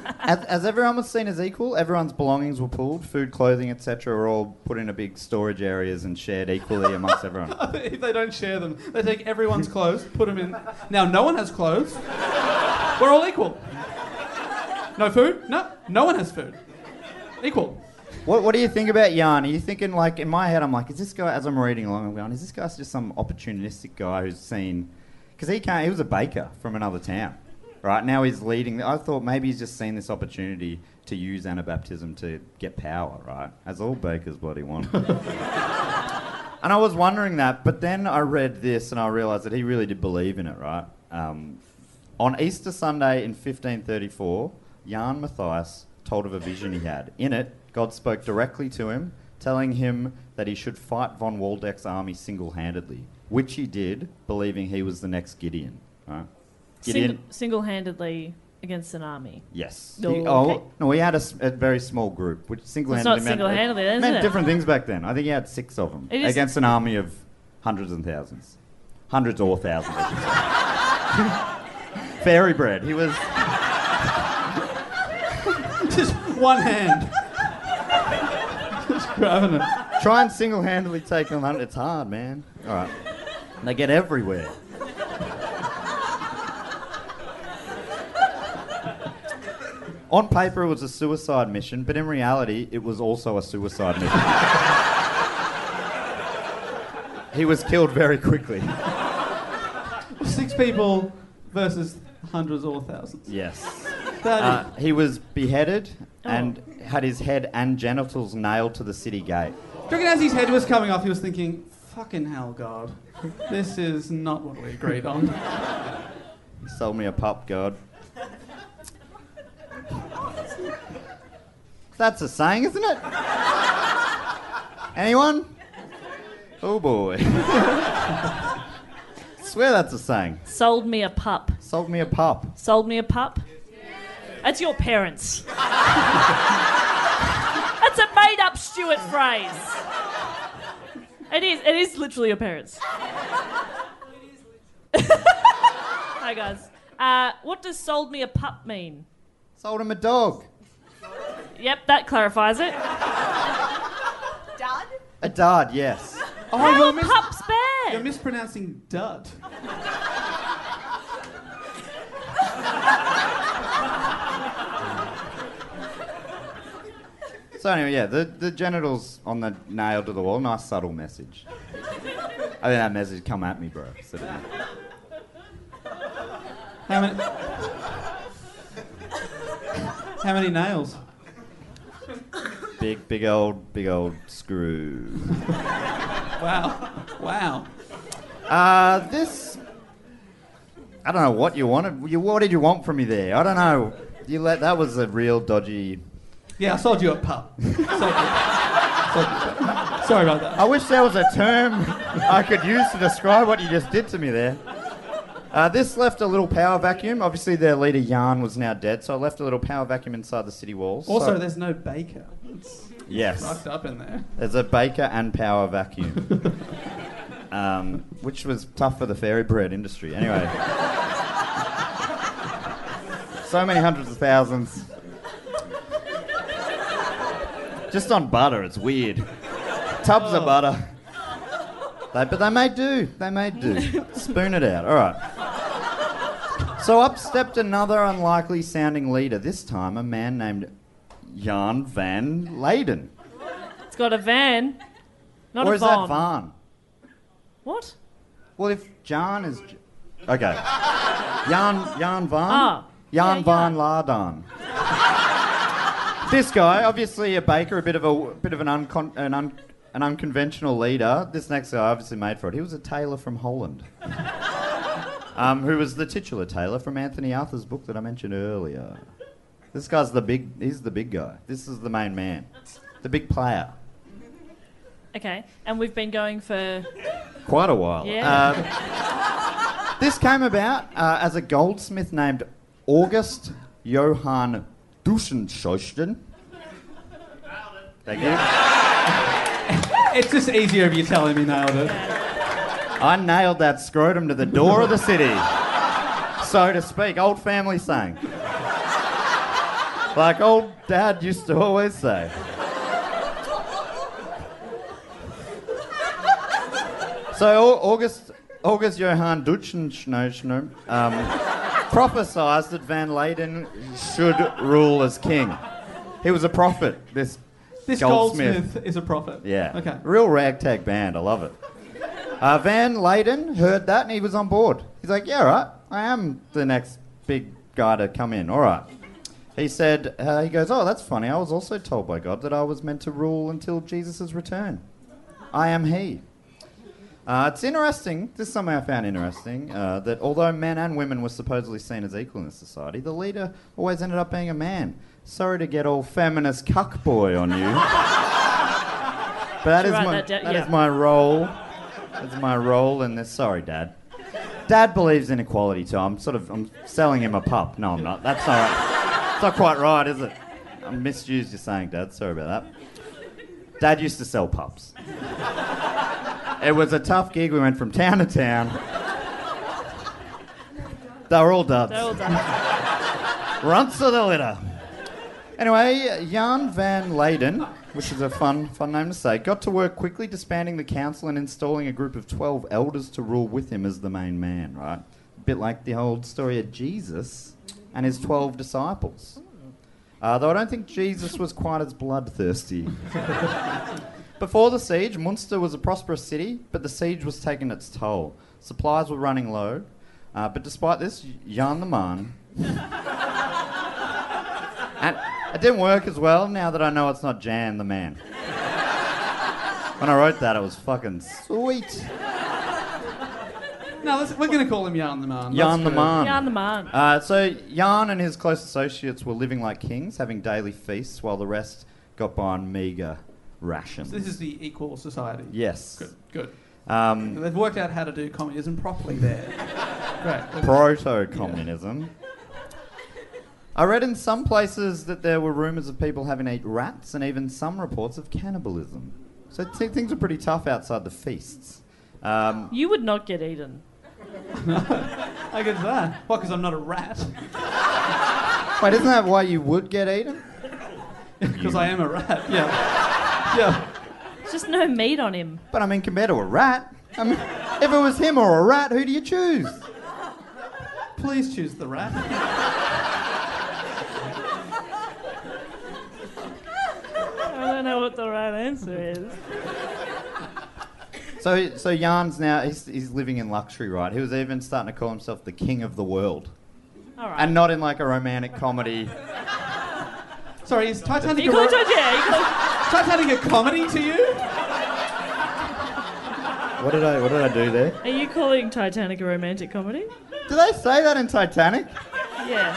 S7: (laughs)
S1: as, as everyone was seen as equal, everyone's belongings were pooled. Food, clothing, etc., were all put into big storage areas and shared equally amongst everyone.
S7: if they don't share them, they take
S1: (laughs)
S7: everyone's clothes, put them in. Now, no one has clothes. We're all equal. No food? No. No one has food. Equal. (laughs)
S1: What, what do you think about Jan? Are you thinking like in my head? I'm like, is this guy? As I'm reading along, I'm going, is this guy just some opportunistic guy who's seen? Because he can't. He was a baker from another town, right? Now he's leading. I thought maybe he's just seen this opportunity to use Anabaptism to get power, right? As all bakers bloody want. and I was wondering that, but then I read this and I realised that he really did believe in it, right? Um, on Easter Sunday in 1534, Jan Matthias told of a vision he had. In it, God spoke directly to him, telling him that he should fight von Waldeck's army single handedly, which he did, believing he was the next Gideon. Right? Gideon?
S9: Sing- Single handedly against an army.
S1: Yes.
S9: Oh,
S1: He-
S9: okay.
S1: no, he had a, s- a very small group, which single handedly
S9: not
S1: meant,
S9: single-handedly,
S1: it
S9: is
S1: meant
S9: it?
S1: different things back then. I think he had six of them
S9: It is-
S1: against an army of hundreds and thousands. Hundreds
S9: (laughs)
S1: or thousands. I should say. Fairy bread. He was.
S7: Just one hand. (laughs) Just grabbing it.
S1: Try and single-handedly take them out. It's hard, man. All right. And They get everywhere. On paper, it was a suicide mission, but in reality, it was also a suicide mission. he was killed very quickly.
S7: Six people versus hundreds or thousands.
S1: Yes.
S7: That
S1: Uh, he was beheaded and had his head and genitals nailed to the city gate.
S7: is- Do you reckon as his head was coming off, he was thinking, fucking hell, God. This is not what we agreed on.
S1: He sold me a pup, God. That's a saying, isn't it? Anyone? Oh boy. Swear that's a saying.
S9: Sold me a pup.
S1: Sold me a pup.
S9: Sold me a pup. That's your parents. (laughs) That's a made up Stuart phrase. It is. It is literally your
S7: (laughs)
S9: parents. Hi, guys. Uh, what does sold me a pup mean?
S1: Sold him a dog.
S9: Yep, that clarifies it.
S2: Dad?
S1: A dud, yes.
S7: Oh, you're, mis-
S9: Pup's
S7: you're
S9: bad.
S7: mispronouncing dud.
S1: So anyway, yeah, the, the genitals on the nail to the wall, nice subtle message. I think that message come at me, bro. So-
S7: How many? How many nails?
S1: Big, big old, big old screw.
S7: Wow. Wow.
S1: Uh, this. I don't know what you wanted. You, what did you want from me there? I don't know. You let that was a real dodgy.
S7: Yeah, I sold you a pup. (laughs) Sold you. Sold you a pup. Sorry about that.
S1: I wish there was a term (laughs) I could use to describe what you just did to me there. Uh, this left a little power vacuum. Obviously, their leader Yarn was now dead, so it left a little power vacuum inside the city walls.
S7: Also,
S1: So-
S7: there's no baker. It's
S1: yes,
S7: fucked up in there.
S1: there's a baker and power vacuum,
S9: (laughs)
S1: um, which was tough for the fairy bread industry. Anyway, so many hundreds of thousands. Just on butter, it's weird. Tubs
S9: Oh.
S1: of butter. They, but they may do. They
S9: (laughs)
S1: may do. Spoon it out. All right. So up stepped another unlikely sounding leader, this time a man named Jan van Leyden.
S9: It's got a van, not
S1: or
S9: a
S1: is
S9: bomb.
S1: that Van?
S9: What?
S1: Well, if Jan is. J- Okay. Jan, Jan Van?
S9: Ah,
S1: Jan
S9: yeah,
S1: Van Laden. this guy, obviously a baker, a bit of a bit of an, uncon- an, un- an unconventional leader. This next guy obviously made for it. He was a tailor from Holland. Um, who was the titular tailor from Anthony Arthur's book that I mentioned earlier. This guy's the big, he's the big guy. This is the main man. The big player.
S9: Okay, and we've been going for
S1: Quite a while.
S9: Yeah.
S1: Um, this came about uh, as a goldsmith named August Johann Duschenscheuchten. Thank you.
S7: It's just easier if you tell him you nailed it.
S1: I nailed that scrotum to the door of the city, so to speak. Old family saying. Like old dad used to always say. So Au- August, August Johann Duchenschnoschner um, prophesied that Van Leyden should rule as king. He was a prophet, this,
S7: This
S1: goldsmith.
S7: goldsmith, is a prophet.
S1: Yeah.
S7: Okay.
S1: Real ragtag band. I love it. Uh, Van Leyden heard that and he was on board. He's like, yeah, all right. I am the next big guy to come in. All right. He said, uh, he goes, oh, that's funny. I was also told by God that I was meant to rule until Jesus' return. I am he. Uh, it's interesting, this is something I found interesting, uh, that although men and women were supposedly seen as equal in society, the leader always ended up being a man. Sorry to get all feminist cuck boy on
S9: (laughs)
S1: you. But that
S9: Should
S1: is
S9: write
S1: my
S9: that down,
S1: that
S9: yeah.
S1: is my role. That's my role in this. Sorry, Dad. Dad believes in equality too. I'm sort of I'm selling him a pup. No, I'm not. That's not. It's not quite right, is it? I misused your saying, Dad. Sorry about that. Dad used to sell pups. It was a tough gig. We went from town to town. They were all duds.
S9: they're all
S7: (laughs)
S9: done.
S1: Runts of the litter. Anyway, Jan van Leyden, which is a fun, fun name to say, got to work quickly disbanding the council and installing a group of 12 elders to rule with him as the main man, right? A bit like the old story of Jesus and his 12 disciples. Uh, though I don't think Jesus was quite as bloodthirsty. (laughs) Before the siege, Munster was a prosperous city, but the siege was taking its toll. Supplies were running low, uh, but despite this, Jan the Man and it didn't work as well now that I know it's not Jan the man. when I wrote that, it was fucking sweet.
S7: No, let's, we're going to call him Jan the Man. That's
S1: Jan the
S7: good.
S1: man.
S9: Yarn the man.
S1: Uh, so Jan and his close associates were living like kings, having daily feasts, while the rest got by on meagre rations.
S7: This is the equal society.
S1: yes.
S7: Good, good.
S1: Um,
S7: They've worked out how to do communism properly
S1: (laughs)
S7: there. Great.
S1: proto
S7: (laughs)
S1: communism. I read in some places that there were rumours of people having to eat rats and even some reports of cannibalism. So th- things are pretty tough outside the feasts. Um,
S9: You would not get eaten.
S7: I get that. Well, because I'm not a
S1: (laughs)
S7: rat.
S1: wait, isn't that why you would get eaten?
S7: Because I am a rat. Yeah. Yeah.
S9: There's just no meat on him.
S1: But I mean, compared to a rat, I mean, if it was him or a rat, who do you choose?
S7: Please choose the rat.
S9: I don't know what the right answer is.
S1: So, so Jan's now he's, he's living in luxury, right? He was even starting to call himself the king of the world,
S9: All right.
S1: and not in like a romantic comedy.
S7: Sorry, is Titanic
S9: you
S7: a,
S9: call it
S7: ro-
S9: yeah, you call it-
S7: Titanic a comedy to you?
S1: What did I What did I do there?
S9: Are you calling Titanic a romantic comedy?
S1: Do they say that in Titanic?
S9: Yeah.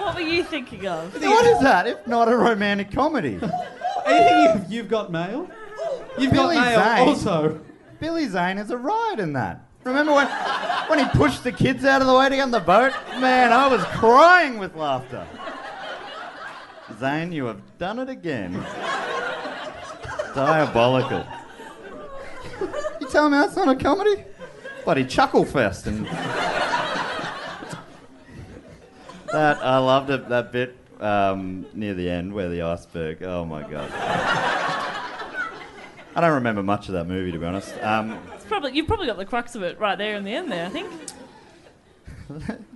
S9: what were you thinking of?
S1: What is that if not a romantic comedy?
S7: Are you thinking of You've Got Mail? You've
S1: Billy
S7: Got Mail
S1: Zane.
S7: also.
S1: Billy Zane is a riot in that. Remember when, when he pushed the kids out of the way to get on the boat? Man, I was crying with laughter. Zane, you have done it again. Diabolical. You tell me that's not a comedy? Bloody chuckle fest and that I loved it, that bit um, near the end where the iceberg. Oh my god. I don't remember much of that movie to be honest. Um,
S9: It's probably you've probably got the crux of it right there in the end there, I think.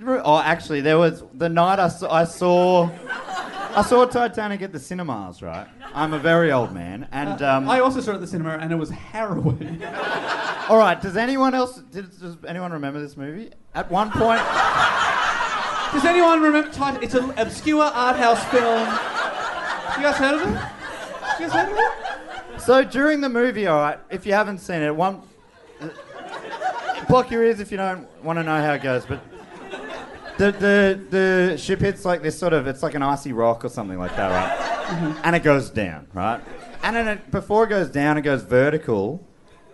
S1: oh, actually, there was the night I saw, I saw, I saw Titanic at the cinemas. Right, I'm a very old man, and um,
S7: I also saw it at the cinema and it was harrowing.
S1: all right. Does anyone else? Did, does anyone remember this movie? At one point,
S7: Does anyone remember Titan? It's an obscure art house film. You guys heard of it? You guys heard of it?
S1: so during the movie, all right. If you haven't seen it, one (laughs) block your ears if you don't want to know how it goes, but. The, the, the ship hits like this sort of, it's like an icy rock or something like that, right? And it goes down, right? And then it, before it goes down, it goes vertical.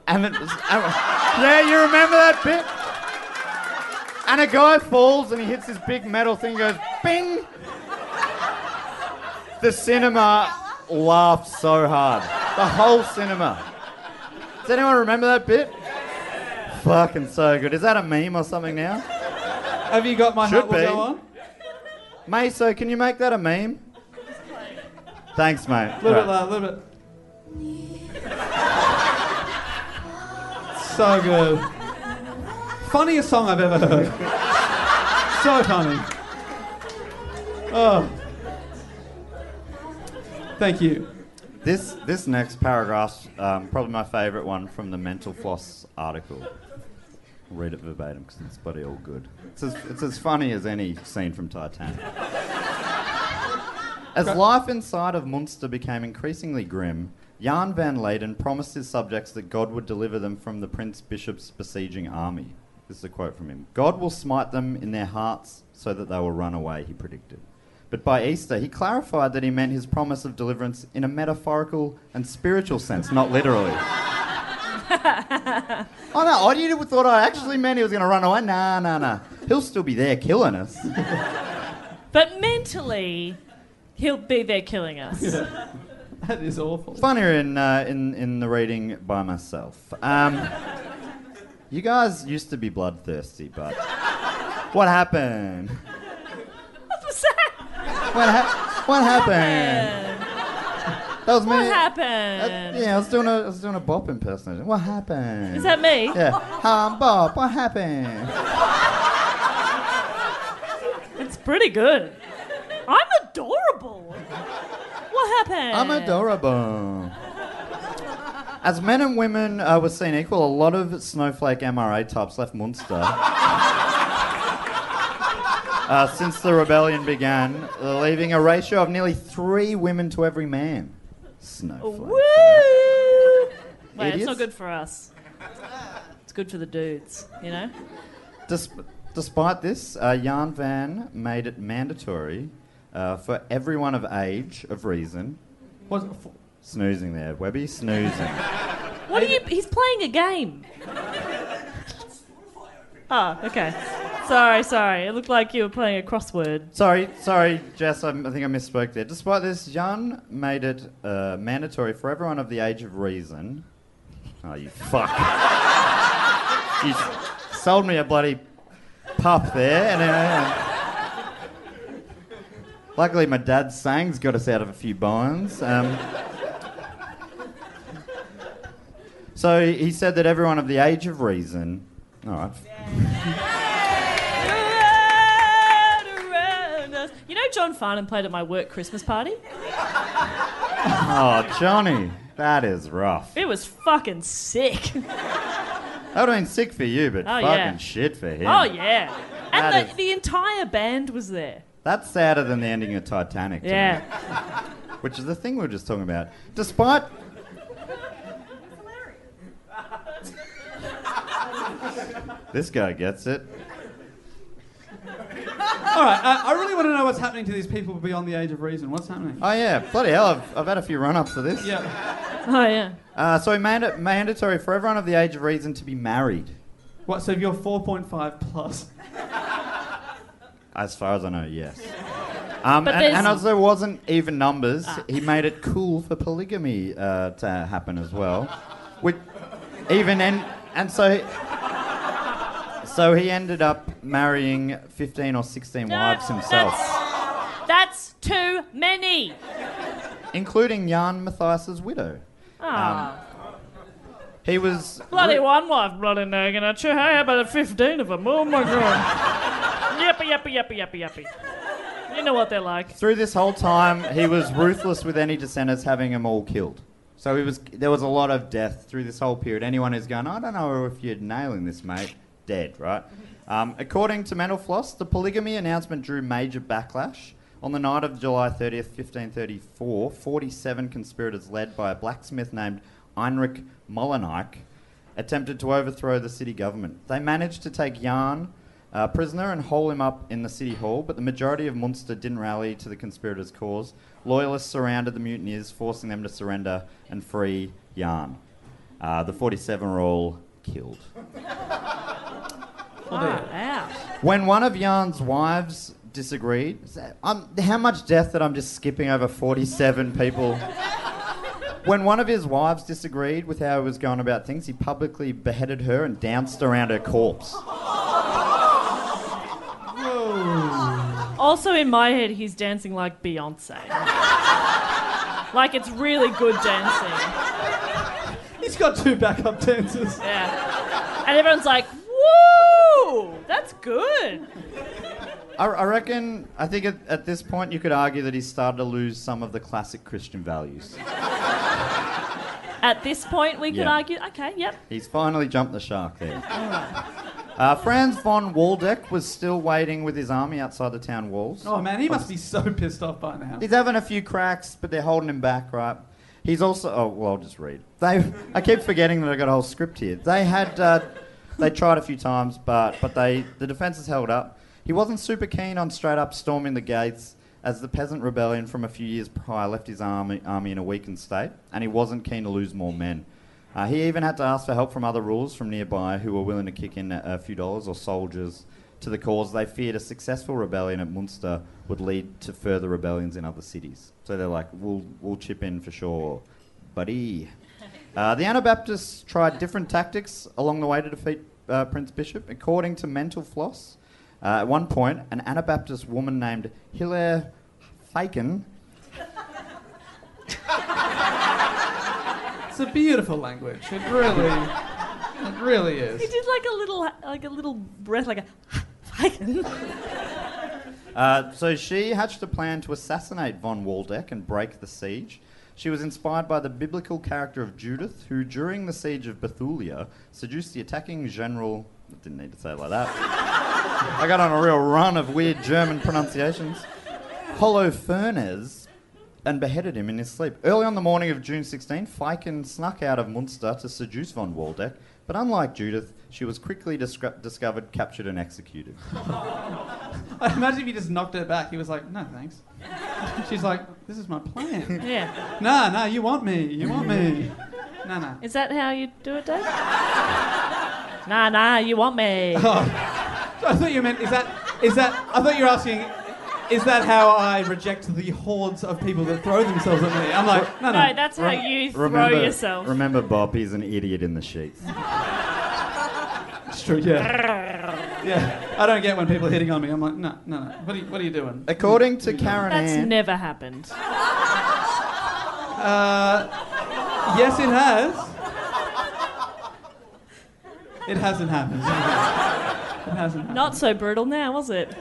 S1: And it, and, yeah, you remember that bit? And a guy falls and he hits this big metal thing, goes bing. The cinema laughed so hard. The whole cinema. Does anyone remember that bit? Fucking so good. Is that a meme or something now?
S7: Have you got my
S1: Should
S7: heart will
S1: be.
S7: go on?
S1: Meso, can you make that a meme? Thanks, mate.
S7: A little bit
S1: Right.
S7: loud, a little bit. So good. Funniest song I've ever heard. so funny. Oh. Thank you.
S1: This this next paragraph's um, probably my favourite one from the Mental Floss article. I'll read it verbatim because it's bloody all good. It's as, it's as funny as any scene from Titanic. As life inside of Munster became increasingly grim, Jan van Leyden promised his subjects that God would deliver them from the Prince Bishop's besieging army. This is a quote from him God will smite them in their hearts so that they will run away, he predicted. But by Easter, he clarified that he meant his promise of deliverance in a metaphorical and spiritual sense, not literally. oh no, I you thought I actually meant he was going to run away. Nah, nah, nah. He'll still be there killing us.
S9: But mentally, he'll be there killing us. (laughs)
S7: That is awful.
S1: funnier in, uh, in, in the reading by myself. Um, you guys used to be bloodthirsty, but what happened?
S9: What was that?
S1: What, ha- what happened? That was
S9: What
S1: me.
S9: happened?
S1: Yeah, I was doing a, I was doing a bop impersonation. What happened?
S9: Is that me?
S1: Yeah. Hi, I'm Bob. What happened?
S9: It's pretty good. I'm adorable. What happened?
S1: I'm adorable. As men and women uh, were seen equal, a lot of snowflake MRA types left Munster. uh, since the rebellion began, leaving a ratio of nearly three women to every man. Snowflake.
S9: Woo! Wait, it's
S1: Idiots.
S9: not good for us. It's good for the dudes, you know?
S1: Des- despite this, uh, Jan Van made it mandatory uh, for everyone of age, of reason.
S7: What, f-
S1: Snoozing there, Webby, snoozing.
S9: What are you? He's playing a game. Oh, okay. Sorry, sorry. It looked like you were playing a crossword.
S1: Sorry, sorry, Jess, I, I think I misspoke there. Despite this, Jan made it uh, mandatory for everyone of the age of reason. Oh, you fuck. you s- sold me a bloody pup there. And, then- luckily, my dad's saying's got us out of a few binds. Um, so he said that everyone of the age of reason. All right.
S9: Around, around us. You know, John Farnham played at my work Christmas party.
S1: Oh, Johnny, that is rough.
S9: It was fucking (laughs) sick.
S1: That would have been sick for you, but
S9: Oh,
S1: fucking
S9: yeah.
S1: shit for him.
S9: Oh yeah, and
S1: That
S9: the,
S1: is-
S9: the entire band was there.
S1: That's sadder than the ending of Titanic. to
S9: Yeah.
S1: me, which is the thing we were just talking about.
S9: (laughs)
S1: Despite. this guy gets it.
S7: All right, uh, I really want to know what's happening to these people beyond the age of reason. What's happening?
S1: Oh, yeah. Bloody hell, I've, I've had a few run ups of this.
S7: Yeah.
S9: Oh yeah.
S1: Uh, so he made it mandatory for everyone of the age of reason to be married.
S7: What? So if you're 4.5 plus.
S1: As far as I know,
S9: (laughs)
S1: yes. Um,
S9: But
S1: and,
S9: there's- Ah.
S1: and as there wasn't even numbers, he made it cool for polygamy uh, to happen as well. Which even and and so so he ended up marrying fifteen or sixteen wives himself,
S9: That's, that's too many.
S1: including Jan Matthias's widow. Um,
S9: Ah,
S1: He was
S9: bloody
S1: re-
S9: one wife, bloody nagging at you. How about fifteen of them? Oh my god. Yuppie, yuppie, yuppie, yuppie, yuppie. You know what they're like.
S1: Through this whole time, he was ruthless with any dissenters, having them all killed. So he was, there was a lot of death through this whole period. Anyone who's going, I don't know if you're nailing this, mate, dead, right? Um, according to Mandelfloss, the polygamy announcement drew major backlash. On the night of July 30th, 1534, 47 conspirators led by a blacksmith named Heinrich Mollenijk attempted to overthrow the city government. They managed to take Jan uh, prisoner and hole him up in the city hall, but the majority of Munster didn't rally to the conspirators' cause. Loyalists surrounded the mutineers, forcing them to surrender and free Jan. Uh, the 47 were all killed.
S9: Far out.
S1: When one of Jan's wives disagreed, is that- I'm, how much death that I'm just skipping over 47 people. When one of his wives disagreed with how he was going about things, he publicly beheaded her and danced around her corpse.
S9: Also, in my head, he's dancing like Beyonce. like it's really good dancing.
S7: He's got two backup dancers.
S9: Yeah. And everyone's like, woo! That's good.
S1: I, I reckon, I think at, at this point you could argue that he's started to lose some of the classic Christian values.
S9: At this point, we could
S1: Yeah.
S9: argue, okay, yep.
S1: He's finally jumped the
S7: (laughs)
S1: shark there. Uh, Franz von Waldeck was still waiting with his army outside the town walls.
S7: Oh man, he must be so (laughs) pissed off by now.
S1: He's having a few cracks, but they're holding him back, right? He's also. Oh well, I'll just read. They. I keep forgetting that I got a whole script here. They had. Uh, they tried a few times, but but they the defense has held up. He wasn't super keen on straight up storming the gates, as the peasant rebellion from a few years prior left his army army in a weakened state, and he wasn't keen to lose more men. Uh, he even had to ask for help from other rulers from nearby who were willing to kick in a, a few dollars or soldiers to the cause. They feared a successful rebellion at Munster would lead to further rebellions in other cities. So they're like, we'll, we'll chip in for sure, buddy. Uh, the Anabaptists tried different tactics along the way to defeat uh, Prince Bishop. According to Mental Floss, uh, at one point, an Anabaptist woman named Hilaire Faken
S7: It's a beautiful language. It really, it really
S9: He
S7: is.
S9: did like a little, like a little breath, like a. (laughs)
S1: Uh, so she hatched a plan to assassinate von Waldeck and break the siege. She was inspired by the biblical character of Judith, who during the siege of Bethulia seduced the attacking general. I didn't need to say it like that. (laughs) I got on a real run of weird German pronunciations. Holofernes and beheaded him in his sleep. Early on the morning of June 16, Fiken snuck out of Munster to seduce von Waldeck, but unlike Judith, she was quickly discre- discovered, captured, and executed.
S7: I imagine if he just knocked her back, he was like, "No, thanks." (laughs) She's like, "This is my plan."
S9: Yeah.
S7: No, no, you want me. You want
S9: (laughs)
S7: me. No, no.
S9: Is that how you do it, Dave? nah, nah, you want me.
S7: I thought you meant is that is that I thought you were asking is that how I reject the hordes of people that throw themselves at me? I'm like, no, no.
S9: No, that's how you throw yourself.
S1: Remember, Bob, he's an idiot in
S9: (laughs)
S1: the sheets.
S7: That's true, yeah. Yeah. I don't get when people are hitting on me. I'm like, no, no, no. What are you, what are you doing?
S1: According to Karen
S9: That's
S1: Ann,
S9: never happened.
S7: Yes, it has. It hasn't happened. It hasn't happened.
S9: Not so brutal now, was it?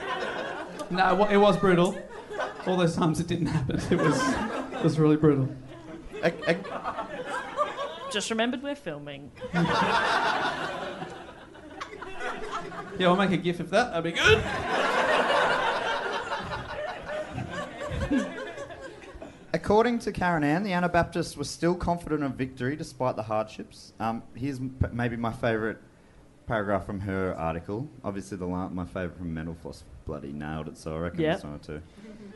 S7: No, it wa- it was brutal. All those times it didn't happen. It was, it was really brutal.
S1: ac- ac-
S9: Just remembered we're filming.
S7: Yeah, I'll make a gif of that. That'd be good.
S1: according to Karen Ann, the Anabaptists were still confident of victory despite the hardships. Um, here's m- p- maybe my favourite paragraph from her article. Obviously, the la- my favourite from Mendelfloss bloody nailed it, so I reckon
S9: Yep.
S1: this one or two.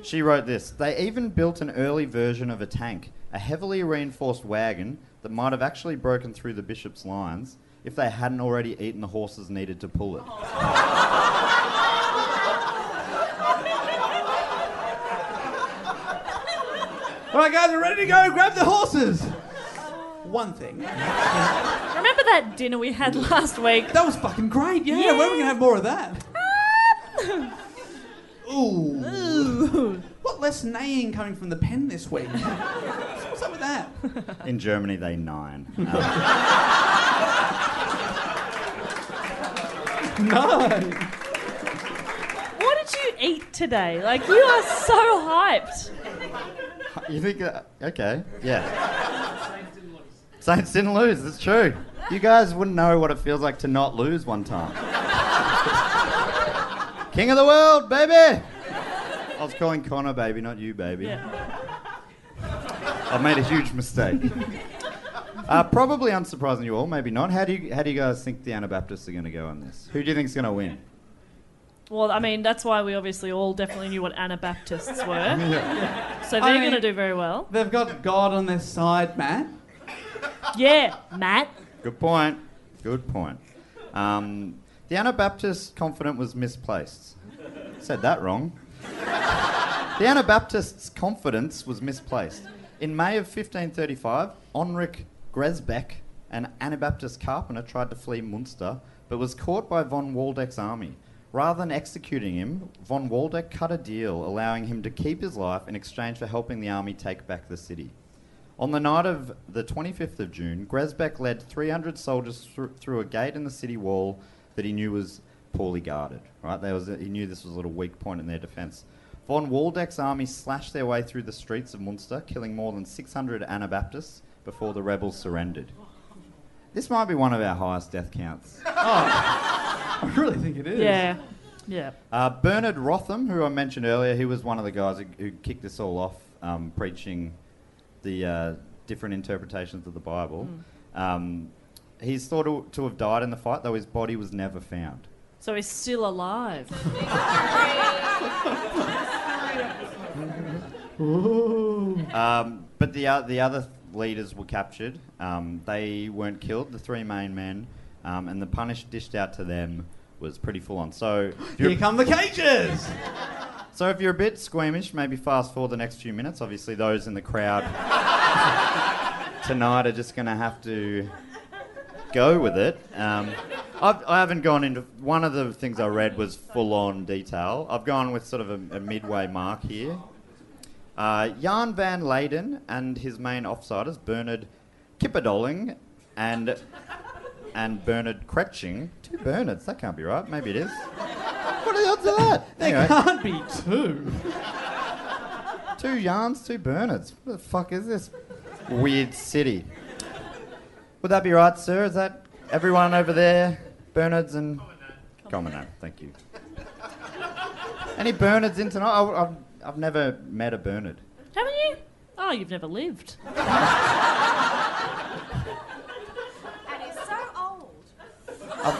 S1: She wrote this. They even built an early version of a tank, a heavily reinforced wagon that might have actually broken through the bishop's lines if they hadn't already eaten the horses needed to pull it.
S7: All right, guys, we're ready to go. Grab the horses. One thing.
S9: Remember that dinner we had (laughs) last week?
S7: That was fucking great. Yeah,
S9: Yeah.
S7: where are we gonna have more of that? Ooh. What less neighing coming from the pen this week? (laughs) What's up with that?
S1: In Germany, they nine. Um,
S7: No.
S9: did you eat today? Like, you are so hyped.
S1: You think that? Okay, yeah. Saints didn't lose. It's true. You guys wouldn't know what it feels like to not lose one time. King of the world, baby. I was calling Connor baby, not you, baby. (laughs) I've made a huge mistake. Uh, probably unsurprising you all, maybe not. How do you how do you guys think the Anabaptists are going to go on this? Who do you think's going to win?
S9: Well, I mean, that's why we obviously all definitely knew what Anabaptists
S1: (laughs)
S9: were. So
S7: I
S9: they're
S7: mean-
S9: going to do very well.
S7: They've got God on their side, man.
S9: Yeah, Matt.
S1: Good point. Good point. Um, the Anabaptist confident was misplaced. Said that wrong. the Anabaptist's confidence was misplaced. In May of 1535, Onric Gresbeck, an Anabaptist carpenter, tried to flee Munster but was caught by von Waldeck's army. Rather than executing him, von Waldeck cut a deal allowing him to keep his life in exchange for helping the army take back the city. On the night of the 25th of June, Gresbeck led 300 soldiers thr- through a gate in the city wall that he knew was poorly guarded. Right, there was a, he knew this was a little weak point in their defence. Von Waldeck's army slashed their way through the streets of Munster, killing more than 600 Anabaptists before the rebels surrendered. This might be one of our highest death counts.
S7: I really think it is.
S9: Yeah. Yeah.
S1: Uh, Bernard Rotham, who I mentioned earlier, he was one of the guys who, who kicked this all off, um, preaching the uh, different interpretations of the Bible. Um, he's thought to, to have died in the fight, though his body was never found.
S9: So he's still alive.
S1: Um, but the, o- the other leaders were captured. Um, they weren't killed, the three main men, um, and the punish dished out to them was pretty full on. So if you're-
S7: Here come the cages.
S1: (laughs) So if you're a bit squeamish, maybe fast forward the next few minutes. Obviously, those in the crowd (laughs) tonight are just going to have to go with it. Um, I've, I haven't gone into one of the things I read was full on detail. I've gone with sort of a, a midway mark here. Uh, Jan van Leyden and his main offsiders, Bernard Kipperdoling and and Bernard Kretching. Two Bernards, that can't be right. Maybe it is. What are the odds of that? Anyway.
S7: Can't be two.
S1: Two yarns, two burners. What the fuck is this weird city? Would that be right, sir? Is that everyone over there? Bernards and Commoner. Thank you. Any Bernards in tonight? I, I've, I've never met a Bernard.
S9: Haven't you? Oh, you've never lived. (laughs)
S11: And he's so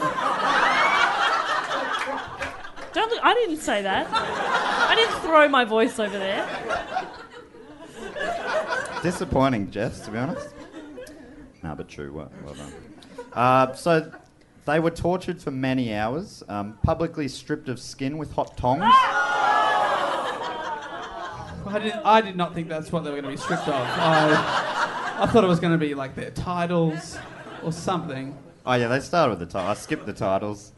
S11: old.
S9: Don't look, I didn't say that. I didn't throw my voice over there.
S1: Disappointing, Jess, to be honest. No, but true. Well, well done. Uh, so they were tortured for many hours, um, publicly stripped of skin with hot tongs.
S7: I did, I did not think that's what they were going to be stripped of. I, I thought it was going to be like their titles or something.
S1: Oh yeah, they started with the title. I skipped the titles.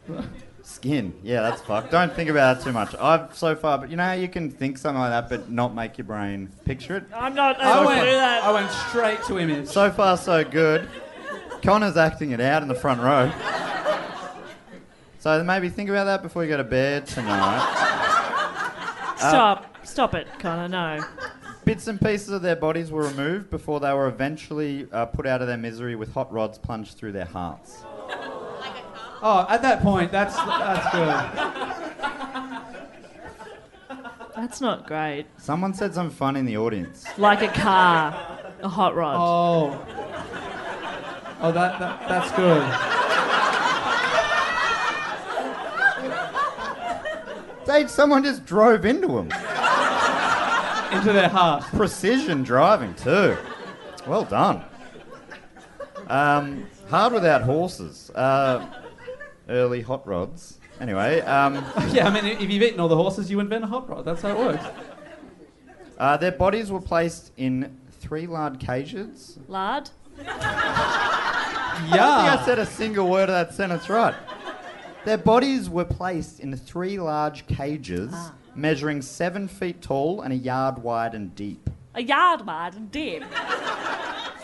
S1: Skin. Yeah, that's fucked. Don't think about it too much. I've so far, but you know how you can think something like that, but not make your brain picture it.
S9: I'm not able
S7: I
S9: to
S7: went,
S9: do that.
S1: uh,
S7: I went straight to image.
S1: So far, so good. Connor's acting it out in the front row. So maybe think about that before you go to bed tonight.
S9: Stop. Stop it, Connor. No.
S1: Bits and pieces of their bodies were removed before they were eventually uh, put out of their misery with hot rods plunged through their hearts.
S7: oh, at that point, that's that's good.
S9: That's not great.
S1: Someone said something fun in the audience.
S9: Like a car, a hot rod.
S7: Oh. Oh, that, that that's good.
S1: Dave, someone just drove into him.
S7: Into their heart.
S1: precision driving too. Well done. Um, hard without horses. Uh, early hot rods. Anyway, um,
S7: Yeah, I mean, if you've eaten all the horses, you invent a hot rod. That's how it works.
S1: uh, their bodies were placed in three lard cages.
S9: Lard.
S1: I don't think I
S7: Yeah.
S1: said a single word of that sentence right. Their bodies were placed in three large cages, measuring seven feet tall and a yard wide and deep.
S9: A yard lard and dip.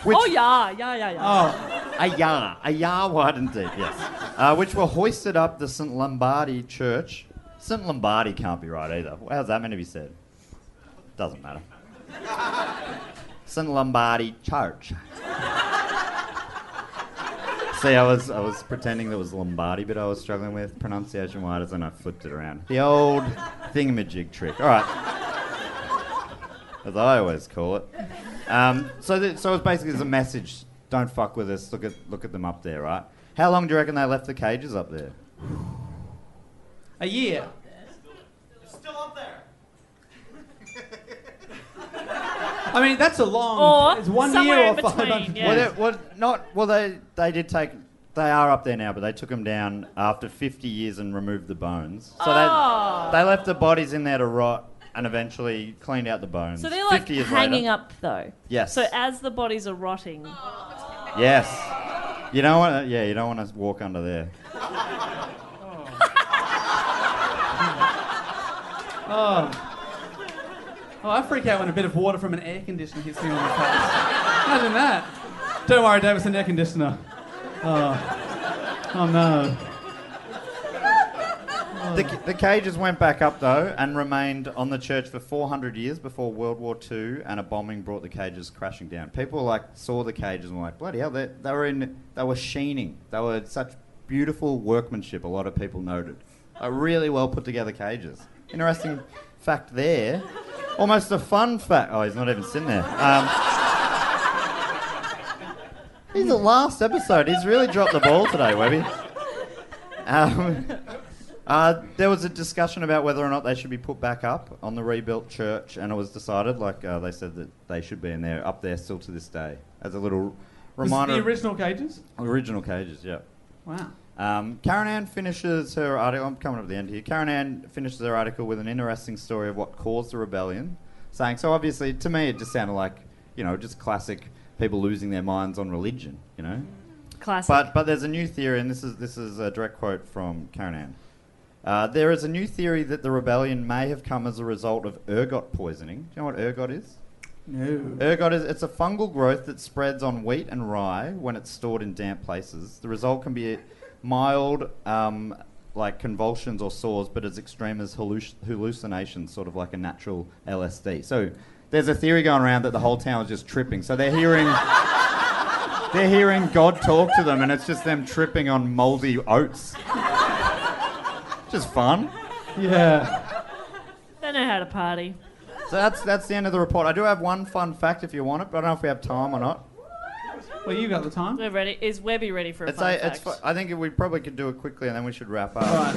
S1: Which
S9: Oh, yeah. Yeah, yeah, yeah.
S1: A yard, a yard wide and deep, yes. Uh, which were hoisted up the St Lombardi Church, St. Lombardi can't be right either. How's that meant to be said? Doesn't matter. St. Lombardi Church. See, I was I was pretending that was Lombardi, but I was struggling with pronunciation wise, and I flipped it around. The old thingamajig trick. All right, as I always call it. Um, so, th- so it's basically it's a message: don't fuck with us. Look at look at them up there, right? How long do you reckon they left the cages up there?
S7: A year.
S12: Still up there.
S7: I mean, that's a long.
S9: Or
S7: it's one
S9: somewhere
S7: year
S9: in
S7: or
S9: between,
S7: 500.
S9: yeah.
S1: Well, they, well, not well. They they did take. They are up there now, but they took them down after 50 years and removed the bones. So
S9: Oh.
S1: they they left the bodies in there to rot and eventually cleaned out the bones.
S9: So they're like
S1: 50 years
S9: hanging
S1: later.
S9: up though.
S1: Yes. Oh.
S9: So as the bodies are rotting.
S1: Yes. You don't want to. Yeah, you don't want to walk under there.
S7: Oh. Oh, I freak out when a bit of water from an air conditioner hits me on the face. Imagine that. Don't worry, Dave, it's an air conditioner. Oh, oh no.
S1: The, ca- the cages went back up though and remained on the church for 400 years before World War II, and a bombing brought the cages crashing down. People like saw the cages and were like, "Bloody hell! They, they were in. They were sheening. They were such beautiful workmanship." A lot of people noted. Like, really well put together cages. Interesting fact there. Almost a fun fact. Oh, he's not even sitting there. Um, he's the last episode. He's really dropped the ball today, Webby. Um, uh, there was a discussion about whether or not they should be put back up on the rebuilt church, and it was decided, like uh, they said, that they should be in there, up there still to this day, as a little
S7: Was it
S1: reminder.
S7: the
S1: of-
S7: original cages?
S1: original cages, yeah.
S7: Wow.
S1: Um, Karen Ann finishes her article. I'm coming up to the end here. Karen Ann finishes her article with an interesting story of what caused the rebellion, saying, "So obviously, to me, it just sounded like, you know, just classic people losing their minds on religion, you know."
S9: Classic.
S1: But but there's a new theory, and this is this is a direct quote from Karen Ann. Uh, there is a new theory that the rebellion may have come as a result of ergot poisoning. Do you know what ergot is?
S7: No.
S1: Ergot is it's a fungal growth that spreads on wheat and rye when it's stored in damp places. The result can be mild, um, like convulsions or sores, but as extreme as halluc- hallucinations, sort of like a natural LSD. So there's a theory going around that the whole town is just tripping. So they're hearing. They're hearing God talk to them, and it's just them tripping on mouldy oats. Just fun.
S7: Yeah.
S9: They know how to party.
S1: So that's that's the end of the report. I do have one fun fact if you want it, but I don't know if we have time or not.
S7: Well, you got the time.
S9: We're ready. Is Webby ready for a
S1: It's
S9: fun
S1: a,
S9: fact?
S1: it's fu- I think we probably could do it quickly and then we should wrap up.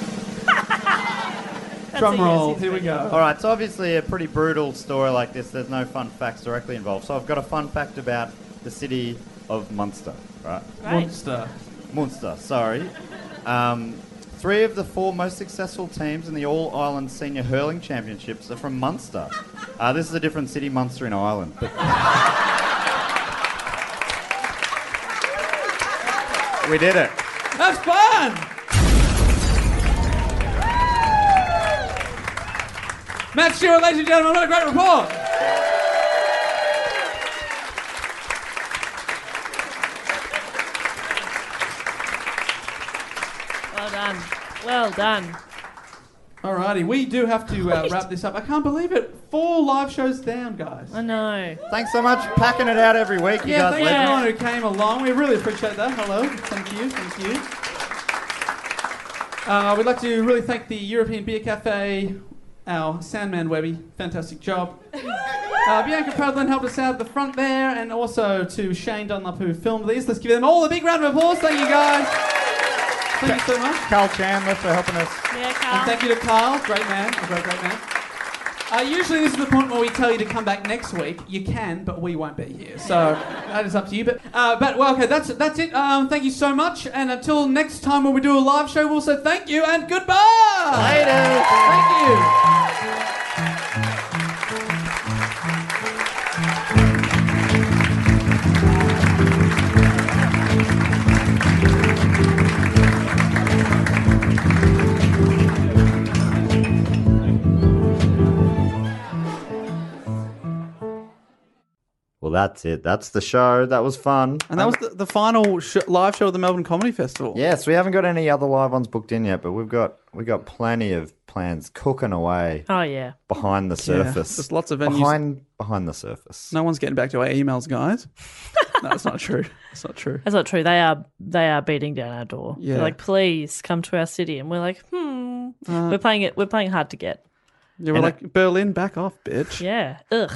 S9: That's
S7: Drum
S9: a yes,
S7: roll.
S9: he's
S7: Here we
S9: ready.
S7: go.
S1: All right, so obviously a pretty brutal story like this, there's no fun facts directly involved. So I've got a fun fact about the city of Munster, right?
S7: Great. Munster.
S1: Munster, sorry. Um, three of the four most successful teams in the All Ireland Senior Hurling Championships are from Munster. Uh, this is a different city, Munster in Ireland. But we did it.
S7: That's fun! Matt Shearer, ladies and gentlemen, what a great report!
S9: Well done. Well done.
S7: Alrighty, we do have to uh, wrap this up. I can't believe it. Four live shows down, guys.
S9: I know.
S1: Thanks so much for packing it out every week, you
S7: yeah,
S1: guys.
S7: thanks
S1: legends.
S7: everyone who came along. We really appreciate that. Hello, thank you, thank you. Uh, we'd like to really thank the European Beer Cafe, our soundman Webby, fantastic job. Uh, Bianca Pradlin helped us out at the front there, and also to Shane Dunlop who filmed these. Let's give them all a big round of applause. Thank you guys. Thank you so much.
S1: Carl Chandler for helping us.
S9: Yeah,
S7: And thank you to Carl, great man, a great, great man. Uh, usually, this is the point where we tell you to come back next week. You can, but we won't be here, (laughs) so that is up to you. But, uh, but well, okay, that's that's it. Um, thank you so much, and until next time when we do a live show, we'll say thank you and goodbye.
S1: Later.
S7: Thank you.
S1: Well, that's it. That's the show. That was fun.
S7: And that was the, the final sh- live show of the Melbourne Comedy Festival.
S1: Yes, we haven't got any other live ones booked in yet, but we've got We got plenty of plans cooking away.
S9: Oh, yeah.
S1: Behind the
S7: Yeah,
S1: surface.
S7: there's lots of venues-
S1: Behind behind the surface.
S7: No one's getting back to our emails, guys. no, that's not true. That's not true.
S9: That's not true. They are they are beating down our door.
S7: Yeah.
S9: They're like, please come to our city, and we're like, hmm.
S7: Uh,
S9: we're playing it. We're playing hard to get.
S7: Yeah, we're
S9: And
S7: like Berlin, back off,
S9: (laughs)
S7: bitch.
S9: Yeah. Ugh.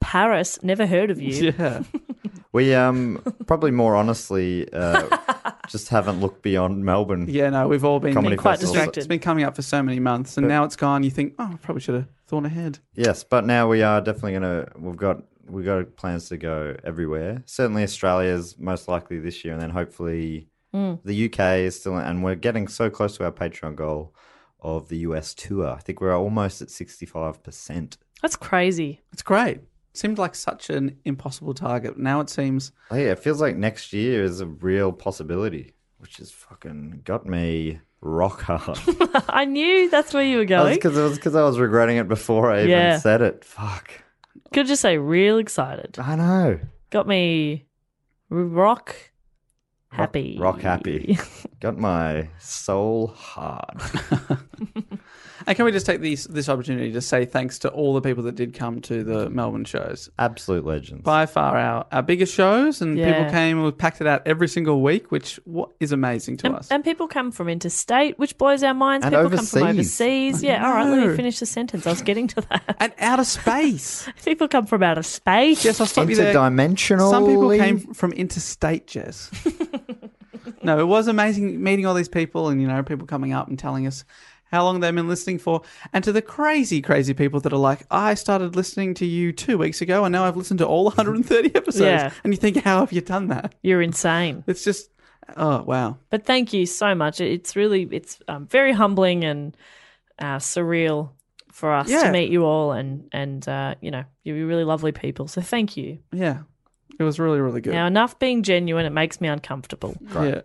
S9: Paris. Never heard of you.
S7: Yeah.
S1: We um probably more honestly uh,
S7: (laughs)
S1: just haven't looked beyond Melbourne.
S7: Yeah, no, we've all been
S1: Comedy
S7: quite
S1: festivals.
S7: distracted. It's been coming up for so many months, and
S1: But-
S7: now it's gone. You think, oh, I probably should have thought ahead.
S1: Yes, but now we are definitely gonna. We've got we've got plans to go everywhere. Certainly, Australia's most likely this year, and then hopefully
S9: Mm.
S1: the UK is still. And we're getting so close to our Patreon goal of the US tour. I think we're almost at sixty five percent.
S9: That's crazy. (laughs)
S7: It's great. Seemed like such an impossible target. Now it seems.
S1: Oh, yeah, it feels like next year is a real possibility, which has fucking got me rock hard. (laughs)
S9: I knew that's where you were going.
S1: Because it was because I was regretting it before I even
S9: Yeah.
S1: said it. Fuck.
S9: Could just say real excited.
S1: I know.
S9: Got me r- rock happy.
S1: Rock
S9: (laughs)
S1: happy. Got my soul hard.
S7: And can we just take these, this opportunity to say thanks to all the people that did come to the Melbourne shows?
S1: Absolute legends.
S7: By far our, our biggest shows, and
S9: Yeah.
S7: people came and we packed it out every single week, which wa- is amazing to
S9: And,
S7: us.
S9: and people come from interstate, which blows our minds.
S7: And
S9: people come from
S7: overseas.
S9: overseas. Yeah, all right, let
S7: know.
S9: me finish the sentence. I was getting to that. (laughs)
S7: And outer space.
S9: people come from outer space.
S7: Yes, I'll stop you there.
S1: Interdimensionally?
S7: Some people came from interstate, Jess. no, it was amazing meeting all these people and, you know, people coming up and telling us how long they've been listening for. And to the crazy, crazy people that are like, I started listening to you two weeks ago and now I've listened to all (laughs) 130 episodes.
S9: Yeah.
S7: And you think, how have you done that?
S9: You're insane.
S7: It's just, oh, wow.
S9: But thank you so much. It- It's really it's um, very humbling and uh, surreal for us
S7: Yeah.
S9: to meet you all, and and uh, you know you're really lovely people. So thank you.
S7: Yeah. It was really, really good.
S9: Now enough being genuine. It makes me uncomfortable.
S7: Great.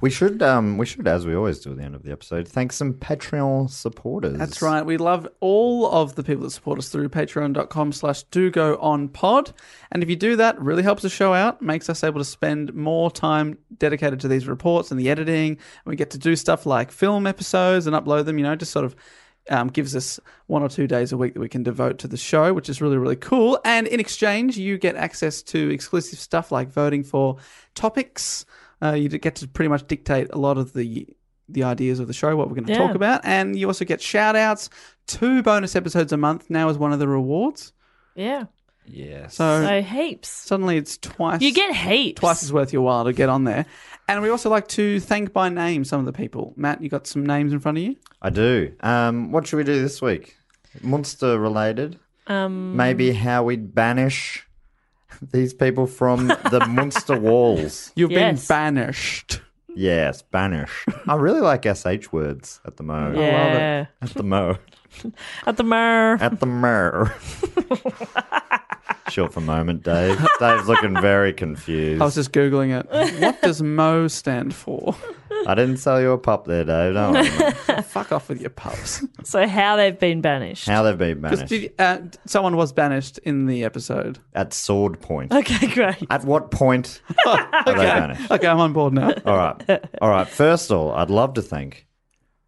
S1: We should um we should, as we always do at the end of the episode, thank some Patreon supporters.
S7: That's right. We love all of the people that support us through patreon.com slash do go on pod. And if you do that, it really helps the show out, makes us able to spend more time dedicated to these reports and the editing. And we get to do stuff like film episodes and upload them, you know, just sort of um, gives us one or two days a week that we can devote to the show, which is really, really cool. And in exchange, you get access to exclusive stuff like voting for topics. Uh, you get to pretty much dictate a lot of the the ideas of the show, what we're going to
S9: Yeah.
S7: talk about. And you also get shout outs, two bonus episodes a month now is one of the rewards.
S9: Yeah.
S1: Yes.
S7: So,
S9: So heaps.
S7: suddenly it's twice.
S9: You get heaps.
S7: Twice as worth your while to get on there. And we also like to thank by name some of the people. Matt, you got some names in front of you?
S1: I do. Um what should we do this week? Monster related.
S9: Um,
S1: Maybe how we'd banish these people from
S7: (laughs)
S1: the Munster walls.
S7: You've
S9: Yes.
S7: been banished.
S1: Yes, banish. I really like SH words at the mo.
S7: Oh,
S9: Yeah.
S1: At the mo.
S9: At the mer.
S1: At the mer.
S7: (laughs)
S1: Short for moment, Dave. Dave's looking very confused.
S7: I was just Googling
S9: (laughs)
S7: it. What does Mo stand for?
S1: I didn't sell you a pup there, Dave. Don't worry.
S7: Fuck off with your pups.
S9: So how they've been banished.
S1: How they've been
S7: Because
S1: banished.
S7: uh, someone was banished in the episode. (laughs)
S1: At sword
S9: (laughs)
S1: point.
S9: Okay, great.
S1: At what point are they banished?
S7: Okay, I'm on board (laughs) now.
S1: All right. All right. First of all, I'd love to thank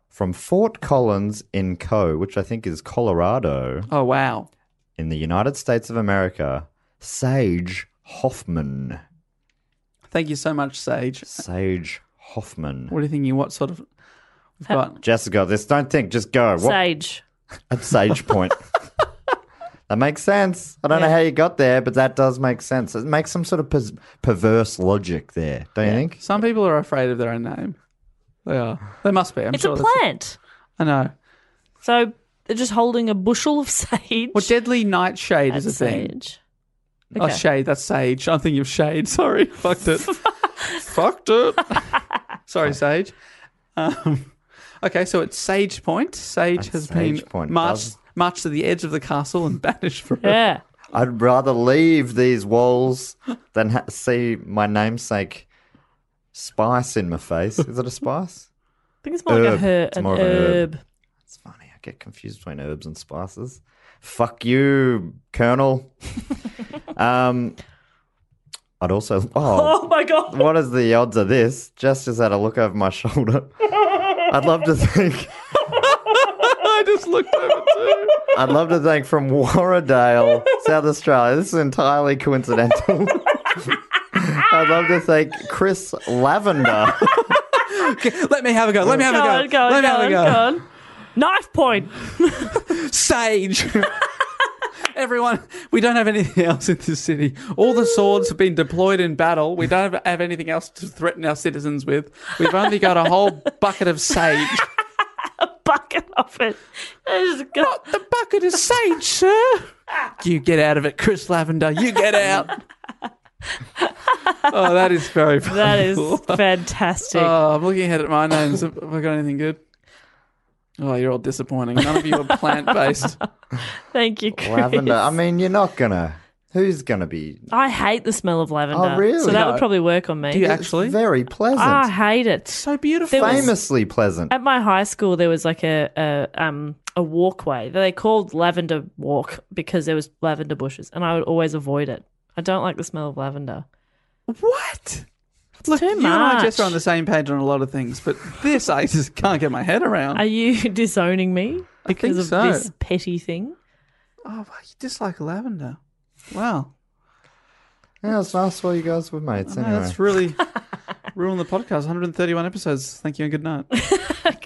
S1: from Fort Collins in Co., which I think is Colorado,
S7: Oh, wow.
S1: in the United States of America, Sage Hoffman.
S7: Thank you so much, Sage.
S1: Sage Hoffman.
S7: What are you thinking? What sort of. We've got.
S1: Jessica, this don't think, just go. What
S9: Sage.
S1: at Sage Point. (laughs) that makes sense. I don't know
S9: Yeah.
S1: how you got there, but that does make sense. It makes some sort of pers- perverse logic there, don't you think?
S7: Some people are afraid of their own name. They are. They must be. I'm
S9: it's
S7: sure
S9: a
S7: that's-
S9: plant.
S7: I know.
S9: So they're just holding a bushel of (laughs) sage.
S7: Well, deadly nightshade is a
S9: at
S7: thing.
S9: sage.
S7: Oh,
S9: Okay.
S7: shade. That's sage. I'm thinking of shade. (laughs) Sorry.
S9: (laughs)
S7: Fucked it. Fucked it. Sorry, sage. Um, okay, so it's Sage Point. Sage
S1: At
S7: has been
S1: Sage Point,
S7: marched,
S1: does-
S7: marched to the edge of the castle
S9: (laughs)
S7: and banished from it.
S9: Yeah.
S1: I'd rather leave these walls than ha- see my namesake spice in my face. Is it a (laughs) spice?
S9: I think it's more like a
S1: Herb.
S9: her,
S1: It's
S9: an,
S1: more of an herb.
S9: herb.
S1: It's funny. I get confused between herbs and spices. Fuck you, (laughs) Colonel. um, I'd also. Oh, (laughs)
S9: Oh my god.
S1: what is the odds of this? Jess just had a look over my (laughs) shoulder. I'd love to think.
S7: I (laughs) just looked over too.
S1: I'd love to thank from Warradale, South Australia. This is entirely coincidental. (laughs) I'd love to thank Chris
S7: (laughs)
S1: Lavender.
S7: Let me have a go. Let me have
S9: Go
S7: a
S9: on,
S7: go.
S9: go on,
S7: Let
S9: go
S7: me have a
S9: on,
S7: go.
S9: go on. Knife point. (laughs)
S7: Sage. (laughs) Everyone, we don't have anything else in this city. All the swords have been deployed in battle. We don't have- have anything else to threaten our citizens with. We've only got a whole bucket of (laughs) sage.
S9: Bucket off it. Not
S7: the bucket of sage, sir. You get out of it, Chris Lavender. You get out. (laughs) oh, that is very funny.
S9: That
S7: (laughs)
S9: is fantastic.
S7: Oh, I'm looking ahead at my names. Have I got anything good? Oh, you're all disappointing. None of you are (laughs) plant based.
S9: Thank you, Chris.
S1: Lavender. I mean, you're not gonna. Who's gonna be?
S9: I hate the smell of lavender.
S1: Oh, really?
S9: So that
S1: No.
S9: would probably work on me.
S1: It's very
S7: ah,
S1: pleasant.
S9: I hate it.
S7: so beautiful.
S1: Famously pleasant.
S7: Um,
S9: At my high school, there was like a, a um a walkway that they called Lavender Walk because there was lavender bushes, and I would always avoid it. I don't like the smell of lavender.
S7: What? Look,
S9: too
S7: you and I
S9: much.
S7: just are on the same page on a lot of things, but this I just can't get my head around.
S9: Are you (laughs) disowning me
S7: I think
S9: because of
S7: so.
S9: this petty thing?
S7: oh, well, you dislike lavender. Wow.
S1: Yeah, it's nice while you guys were mates.
S7: No,
S1: Anyway.
S7: that's really ruined the podcast. 131 episodes. Thank you and good night.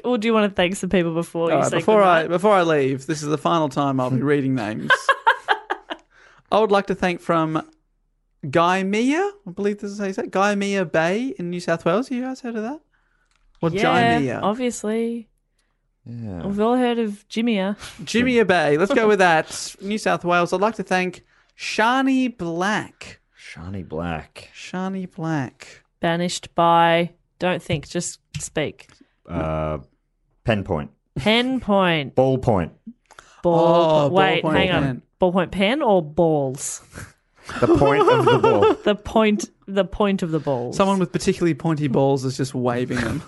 S9: Or do you want to thank some people before
S7: All
S9: you
S7: right,
S9: say
S7: Uh, before
S9: goodbye?
S7: I before I leave, this is the final
S9: (laughs)
S7: time I'll be reading names. I would like to thank from Guy Mia, I believe this is how you say it, Guy Mia Bay in New South Wales. You guys heard of that? Or
S9: yeah,
S7: Guy Mia?
S9: obviously.
S1: Yeah.
S9: We've all heard of Jimia.
S7: Jimmy Bay. Let's go with (laughs) that. New South Wales. I'd like to thank Shani Black.
S1: Shiny black.
S7: Shani Black.
S9: Banished by, don't think, just speak.
S1: Uh, pen point.
S9: Pen point.
S1: Ball point.
S9: Ball.
S7: Oh,
S9: wait,
S7: ballpoint
S9: hang
S7: pen.
S9: on. Ballpoint pen or balls?
S1: The point of
S7: (laughs)
S1: the ball.
S9: the point. The point of the balls.
S7: Someone with particularly pointy balls is just waving them. Um,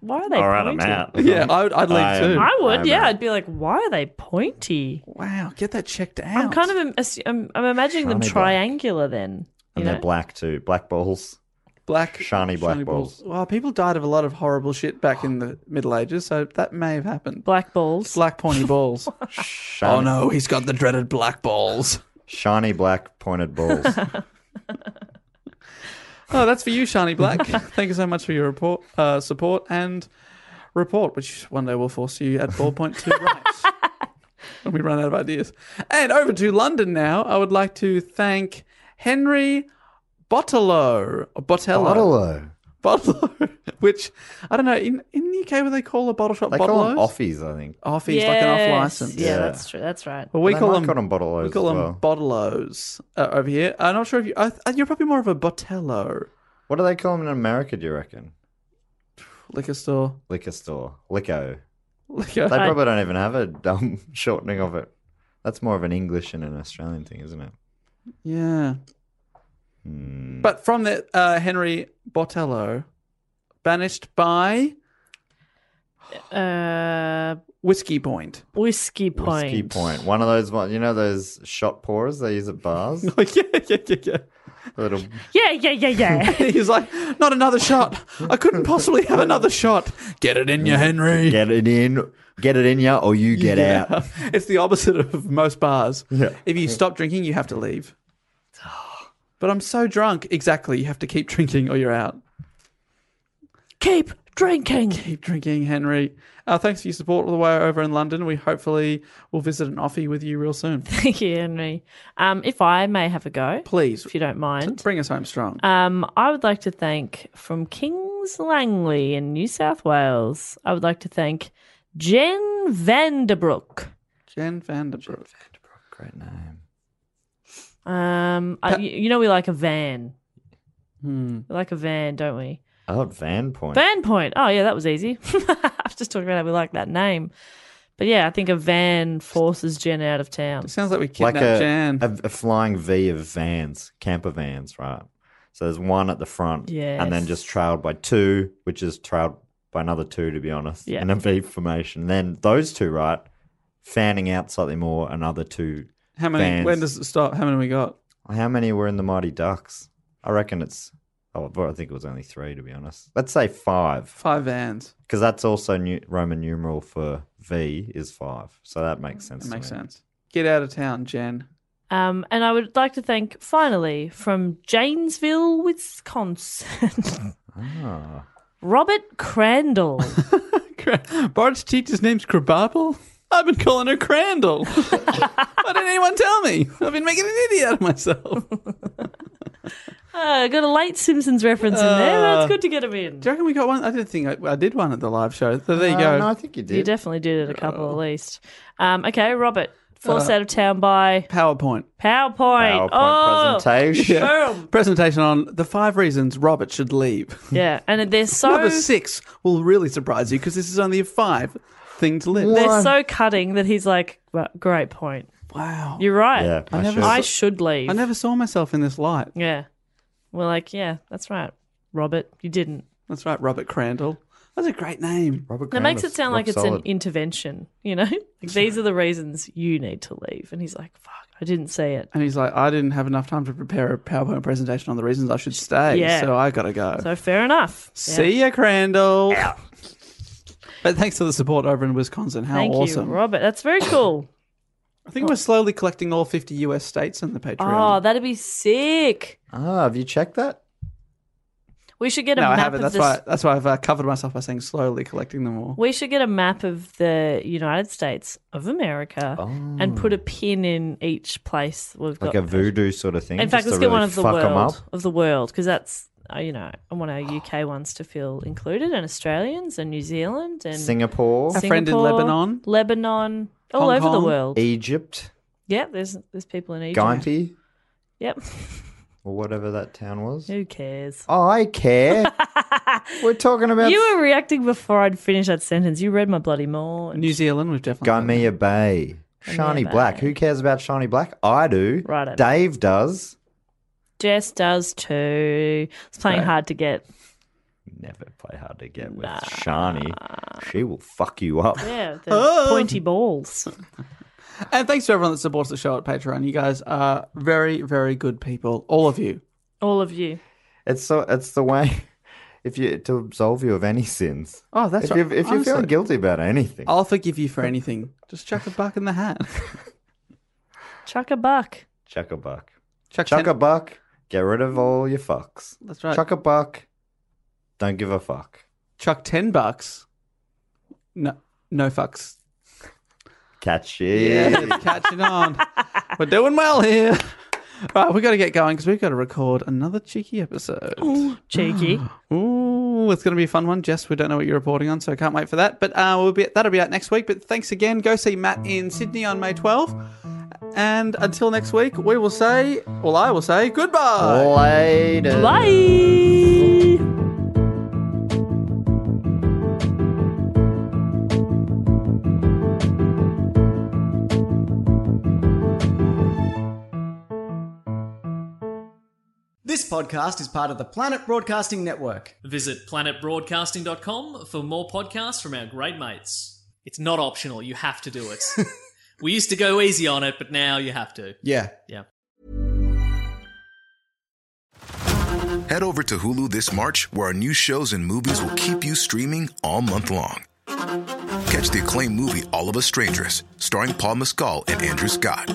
S9: Why are they
S1: All right, I'm
S9: pointy?
S1: out.
S7: (laughs) yeah, I would, I'd
S1: I
S7: leave
S1: am-
S7: too.
S9: I would.
S1: I'm
S9: yeah,
S1: out.
S9: I'd be like, why are they pointy?
S7: Wow, get that checked out.
S9: I'm kind of im- assu- I'm, I'm imagining them
S1: Shiny black.
S9: triangular then. You
S1: And
S9: know?
S1: they're black too. Black balls.
S7: black.
S1: Shiny black balls.
S7: Well, people died of a lot of horrible shit back in the Middle Ages, so that may have happened.
S9: black balls.
S7: Black pointy balls.
S9: Ah.
S7: (laughs)
S1: Shiny,
S7: oh no, he's got the dreaded black balls.
S1: Shiny black pointed
S9: (laughs)
S1: balls.
S7: Oh, that's for you, Shani Black. Thank you so much for your report, uh, support and report, which one day will force you at ballpoint to write when we run out of ideas. And over to London now. I would like to thank Henry Bottolo. Botello.
S1: Bottolo.
S7: Bottolo. (laughs) Which, I don't know, in, in the UK, would they call a bottle shop
S1: They call them
S7: Bottolos?
S1: offies, I think.
S7: Offies, like an off
S9: Yes.
S7: license.
S9: Yeah,
S1: Yeah.
S9: that's true. That's right.
S7: Well, we
S1: They
S7: call them,
S1: might call them Bottlos
S7: We call
S1: as
S7: them
S1: well.
S7: Bottlos uh, over here. I'm not sure if you, I, th- you're probably more of a Botello
S1: What do they call them in America, do you reckon?
S7: liquor store.
S1: Liquor store. Lico.
S7: Liquor.
S1: They probably don't even have a dumb (laughs) shortening of it. That's more of an English and an Australian thing, isn't it?
S7: Yeah. But from the uh, Henry Botello, banished by
S9: Uh,
S7: Whiskey Point. (laughs)
S9: whiskey point.
S1: Whiskey point. One of those one you know those shot pourers they use
S9: (laughs)
S1: at bars? The
S7: Oh, yeah, yeah, yeah, yeah.
S1: little
S9: Yeah, yeah, yeah, yeah. (laughs)
S7: He's like, not another shot. I couldn't possibly have another shot. Get it in you, Henry.
S1: get it in get it in ya or you get
S7: Yeah.
S1: out.
S7: (laughs) It's the opposite of most bars.
S1: Yeah.
S7: If you stop drinking, you have
S9: (sighs)
S7: to leave. But I'm so drunk. Exactly. You have to keep (laughs) drinking or you're out.
S9: Keep drinking.
S7: Keep drinking, Henry. Uh, thanks for your support all the way over in London. We hopefully will visit an offie with you
S9: (laughs)
S7: real soon.
S9: Thank you, Henry. Um, if I may have a go,
S7: Please
S9: if you don't mind.
S7: bring us home strong.
S9: Um, I would like to thank from Kings Langley in New South Wales. I would like to thank Jen Vanderbrook.
S7: Jen Vanderbrook.
S1: Great name.
S9: Um, I, you, you know we like a van.
S7: Hmm.
S9: We like a van, don't we?
S1: Oh Van Point.
S9: Van Point. Oh yeah, that was easy. (laughs) I was just talking about how we like that name. But yeah, I think a van forces Jen out of town.
S7: It sounds like we kidnapped
S1: like a,
S7: Jan.
S1: a a flying V of vans, camper vans, right? So there's one at the front, and then
S9: Yes.
S1: just trailed by two, which is trailed by another two, to be honest,
S9: Yeah.
S1: in a V formation. Then those two, right, fanning out slightly more, another two.
S7: How many?
S1: vans.
S7: When does it stop? How many we got?
S1: How many were in the Mighty Ducks? I reckon it's. Oh, well, I think it was only three, to be honest. Let's say five.
S7: Five vans.
S1: Because that's also new Roman numeral for V is five. So that makes sense.
S7: That
S1: to
S7: makes
S1: me.
S7: sense. Get out of town, Jen.
S9: Um, and I would like to thank, finally, from Janesville, Wisconsin, (laughs)
S1: Ah.
S9: Robert Crandall.
S7: Ah. Bart's teacher's name's Krabappel. I've been calling her (laughs) Crandall. Why didn't anyone tell me? I've been making an idiot out of myself.
S9: Uh, got a late Simpsons reference in there.
S7: Uh,
S9: That's good to get him in.
S7: Do you reckon we got one? I did think I, I did one at the live show. So there you
S9: Uh,
S7: go.
S9: no, I
S1: think
S9: You definitely did it a couple at least. Um, okay, Robert, forced
S7: Oh. Uh,
S9: out of town by
S7: PowerPoint.
S9: PowerPoint. oh,
S7: (laughs) Yeah.
S9: Boom.
S7: Presentation on the five reasons Robert should leave.
S9: Yeah, and they're so
S7: Number six will really surprise you because this is only a five thing to list.
S9: they're so cutting that he's like, well, great point.
S7: Wow,
S9: you're right.
S1: Yeah,
S7: I
S1: I
S7: never
S1: should.
S9: I should leave.
S7: I never saw myself in this light.
S9: Yeah, we're like, yeah, that's right, Robert. You didn't.
S7: That's right, Robert Crandall. That's a great name.
S1: Robert
S9: That makes it sound like it's an intervention. You know, (laughs) like these are the reasons you need to leave, and he's like, fuck, I didn't say it.
S7: And he's like, I didn't have enough time to prepare a PowerPoint presentation on the reasons I should stay,
S9: Yeah.
S7: so I gotta go.
S9: So fair enough. Yeah.
S7: See ya, Crandall. But thanks for the support over in Wisconsin. How
S9: Thank
S7: awesome!
S9: you, Robert. That's very cool.
S7: I think we're slowly collecting all 50 US states on the
S9: oh,
S7: Patreon.
S9: that'd be sick.
S1: Ah, have you checked that?
S9: We should get a
S7: no, I
S9: map
S7: haven't.
S9: of
S7: That's
S9: this.
S7: why. That's why I've uh, covered myself by saying slowly collecting them all.
S9: We should get a map of the United States of America and put a pin in each place we've
S1: Oh. Like
S9: got.
S1: a voodoo sort of thing.
S9: in fact,
S1: just
S9: let's
S1: to
S9: get
S1: really
S9: one of the
S1: fuck 'em
S9: world
S1: up.
S9: of the world because that's uh, you know I want our UK ones to feel included and Australians and New Zealand and
S1: Singapore,
S7: Our friend in
S9: Singapore,
S7: Lebanon.
S9: Lebanon, all
S7: Hong
S9: over
S7: Kong.
S9: the world.
S1: Egypt,
S9: Yep, there's there's people in Egypt.
S1: Gympie,
S9: Yep, (laughs)
S1: or whatever that town was.
S9: who cares?
S1: I
S9: (laughs)
S1: care. We're talking about
S9: You were reacting before I'd finished that sentence. You read my bloody mind.
S7: New Zealand, we've definitely. got that.
S1: Gymea Bay. Shiny Black. Who cares about Shiny Black? I do.
S9: Righto.
S1: Dave does.
S9: Jess does too. It's playing
S1: Right.
S9: hard to get.
S1: Never play hard to get with Shani. She will fuck you up.
S9: Yeah, the
S7: Oh.
S9: pointy balls.
S7: And thanks to everyone that supports the show at Patreon. You guys are very, very good people. All of you.
S9: All of you.
S1: (laughs) It's so it's the way if you to absolve you of any sins.
S7: Oh, that's
S1: if
S7: right.
S1: you if you're feeling
S7: Honestly.
S1: guilty about anything.
S7: I'll forgive you for anything. Just chuck a buck in the (laughs) hat.
S9: Chuck a buck.
S1: Chuck a buck.
S7: Chuck,
S1: Chuck
S7: ten-
S1: a buck. Get rid of all your fucks.
S7: That's right.
S1: Chuck a buck. Don't give a fuck.
S7: chuck ten bucks. No, no fucks.
S1: Catchy.
S7: Yeah, it's catching on. We're doing well here. Right, we've got to get going because we've got to record another cheeky episode.
S9: Cheeky.
S7: Ooh, it's going to be a fun one. Jess, we don't know what you're reporting on, so I can't wait for that. But uh, we'll be, that'll be out next week. But thanks again. Go see Matt in Sydney on May 12th. And until next week, we will say, well, I will say goodbye.
S1: Later.
S9: Bye.
S5: This podcast is part of the Planet Broadcasting Network.
S6: Visit planetbroadcasting.com for more podcasts from our great mates. It's not optional, you have to do it. we used to go easy on it, but now you have to.
S5: Yeah.
S6: Yeah.
S13: Head over to Hulu this March, where our new shows and movies will keep you streaming all month long. Catch the acclaimed movie All of Us Strangers, starring Paul Mescal and Andrew Scott.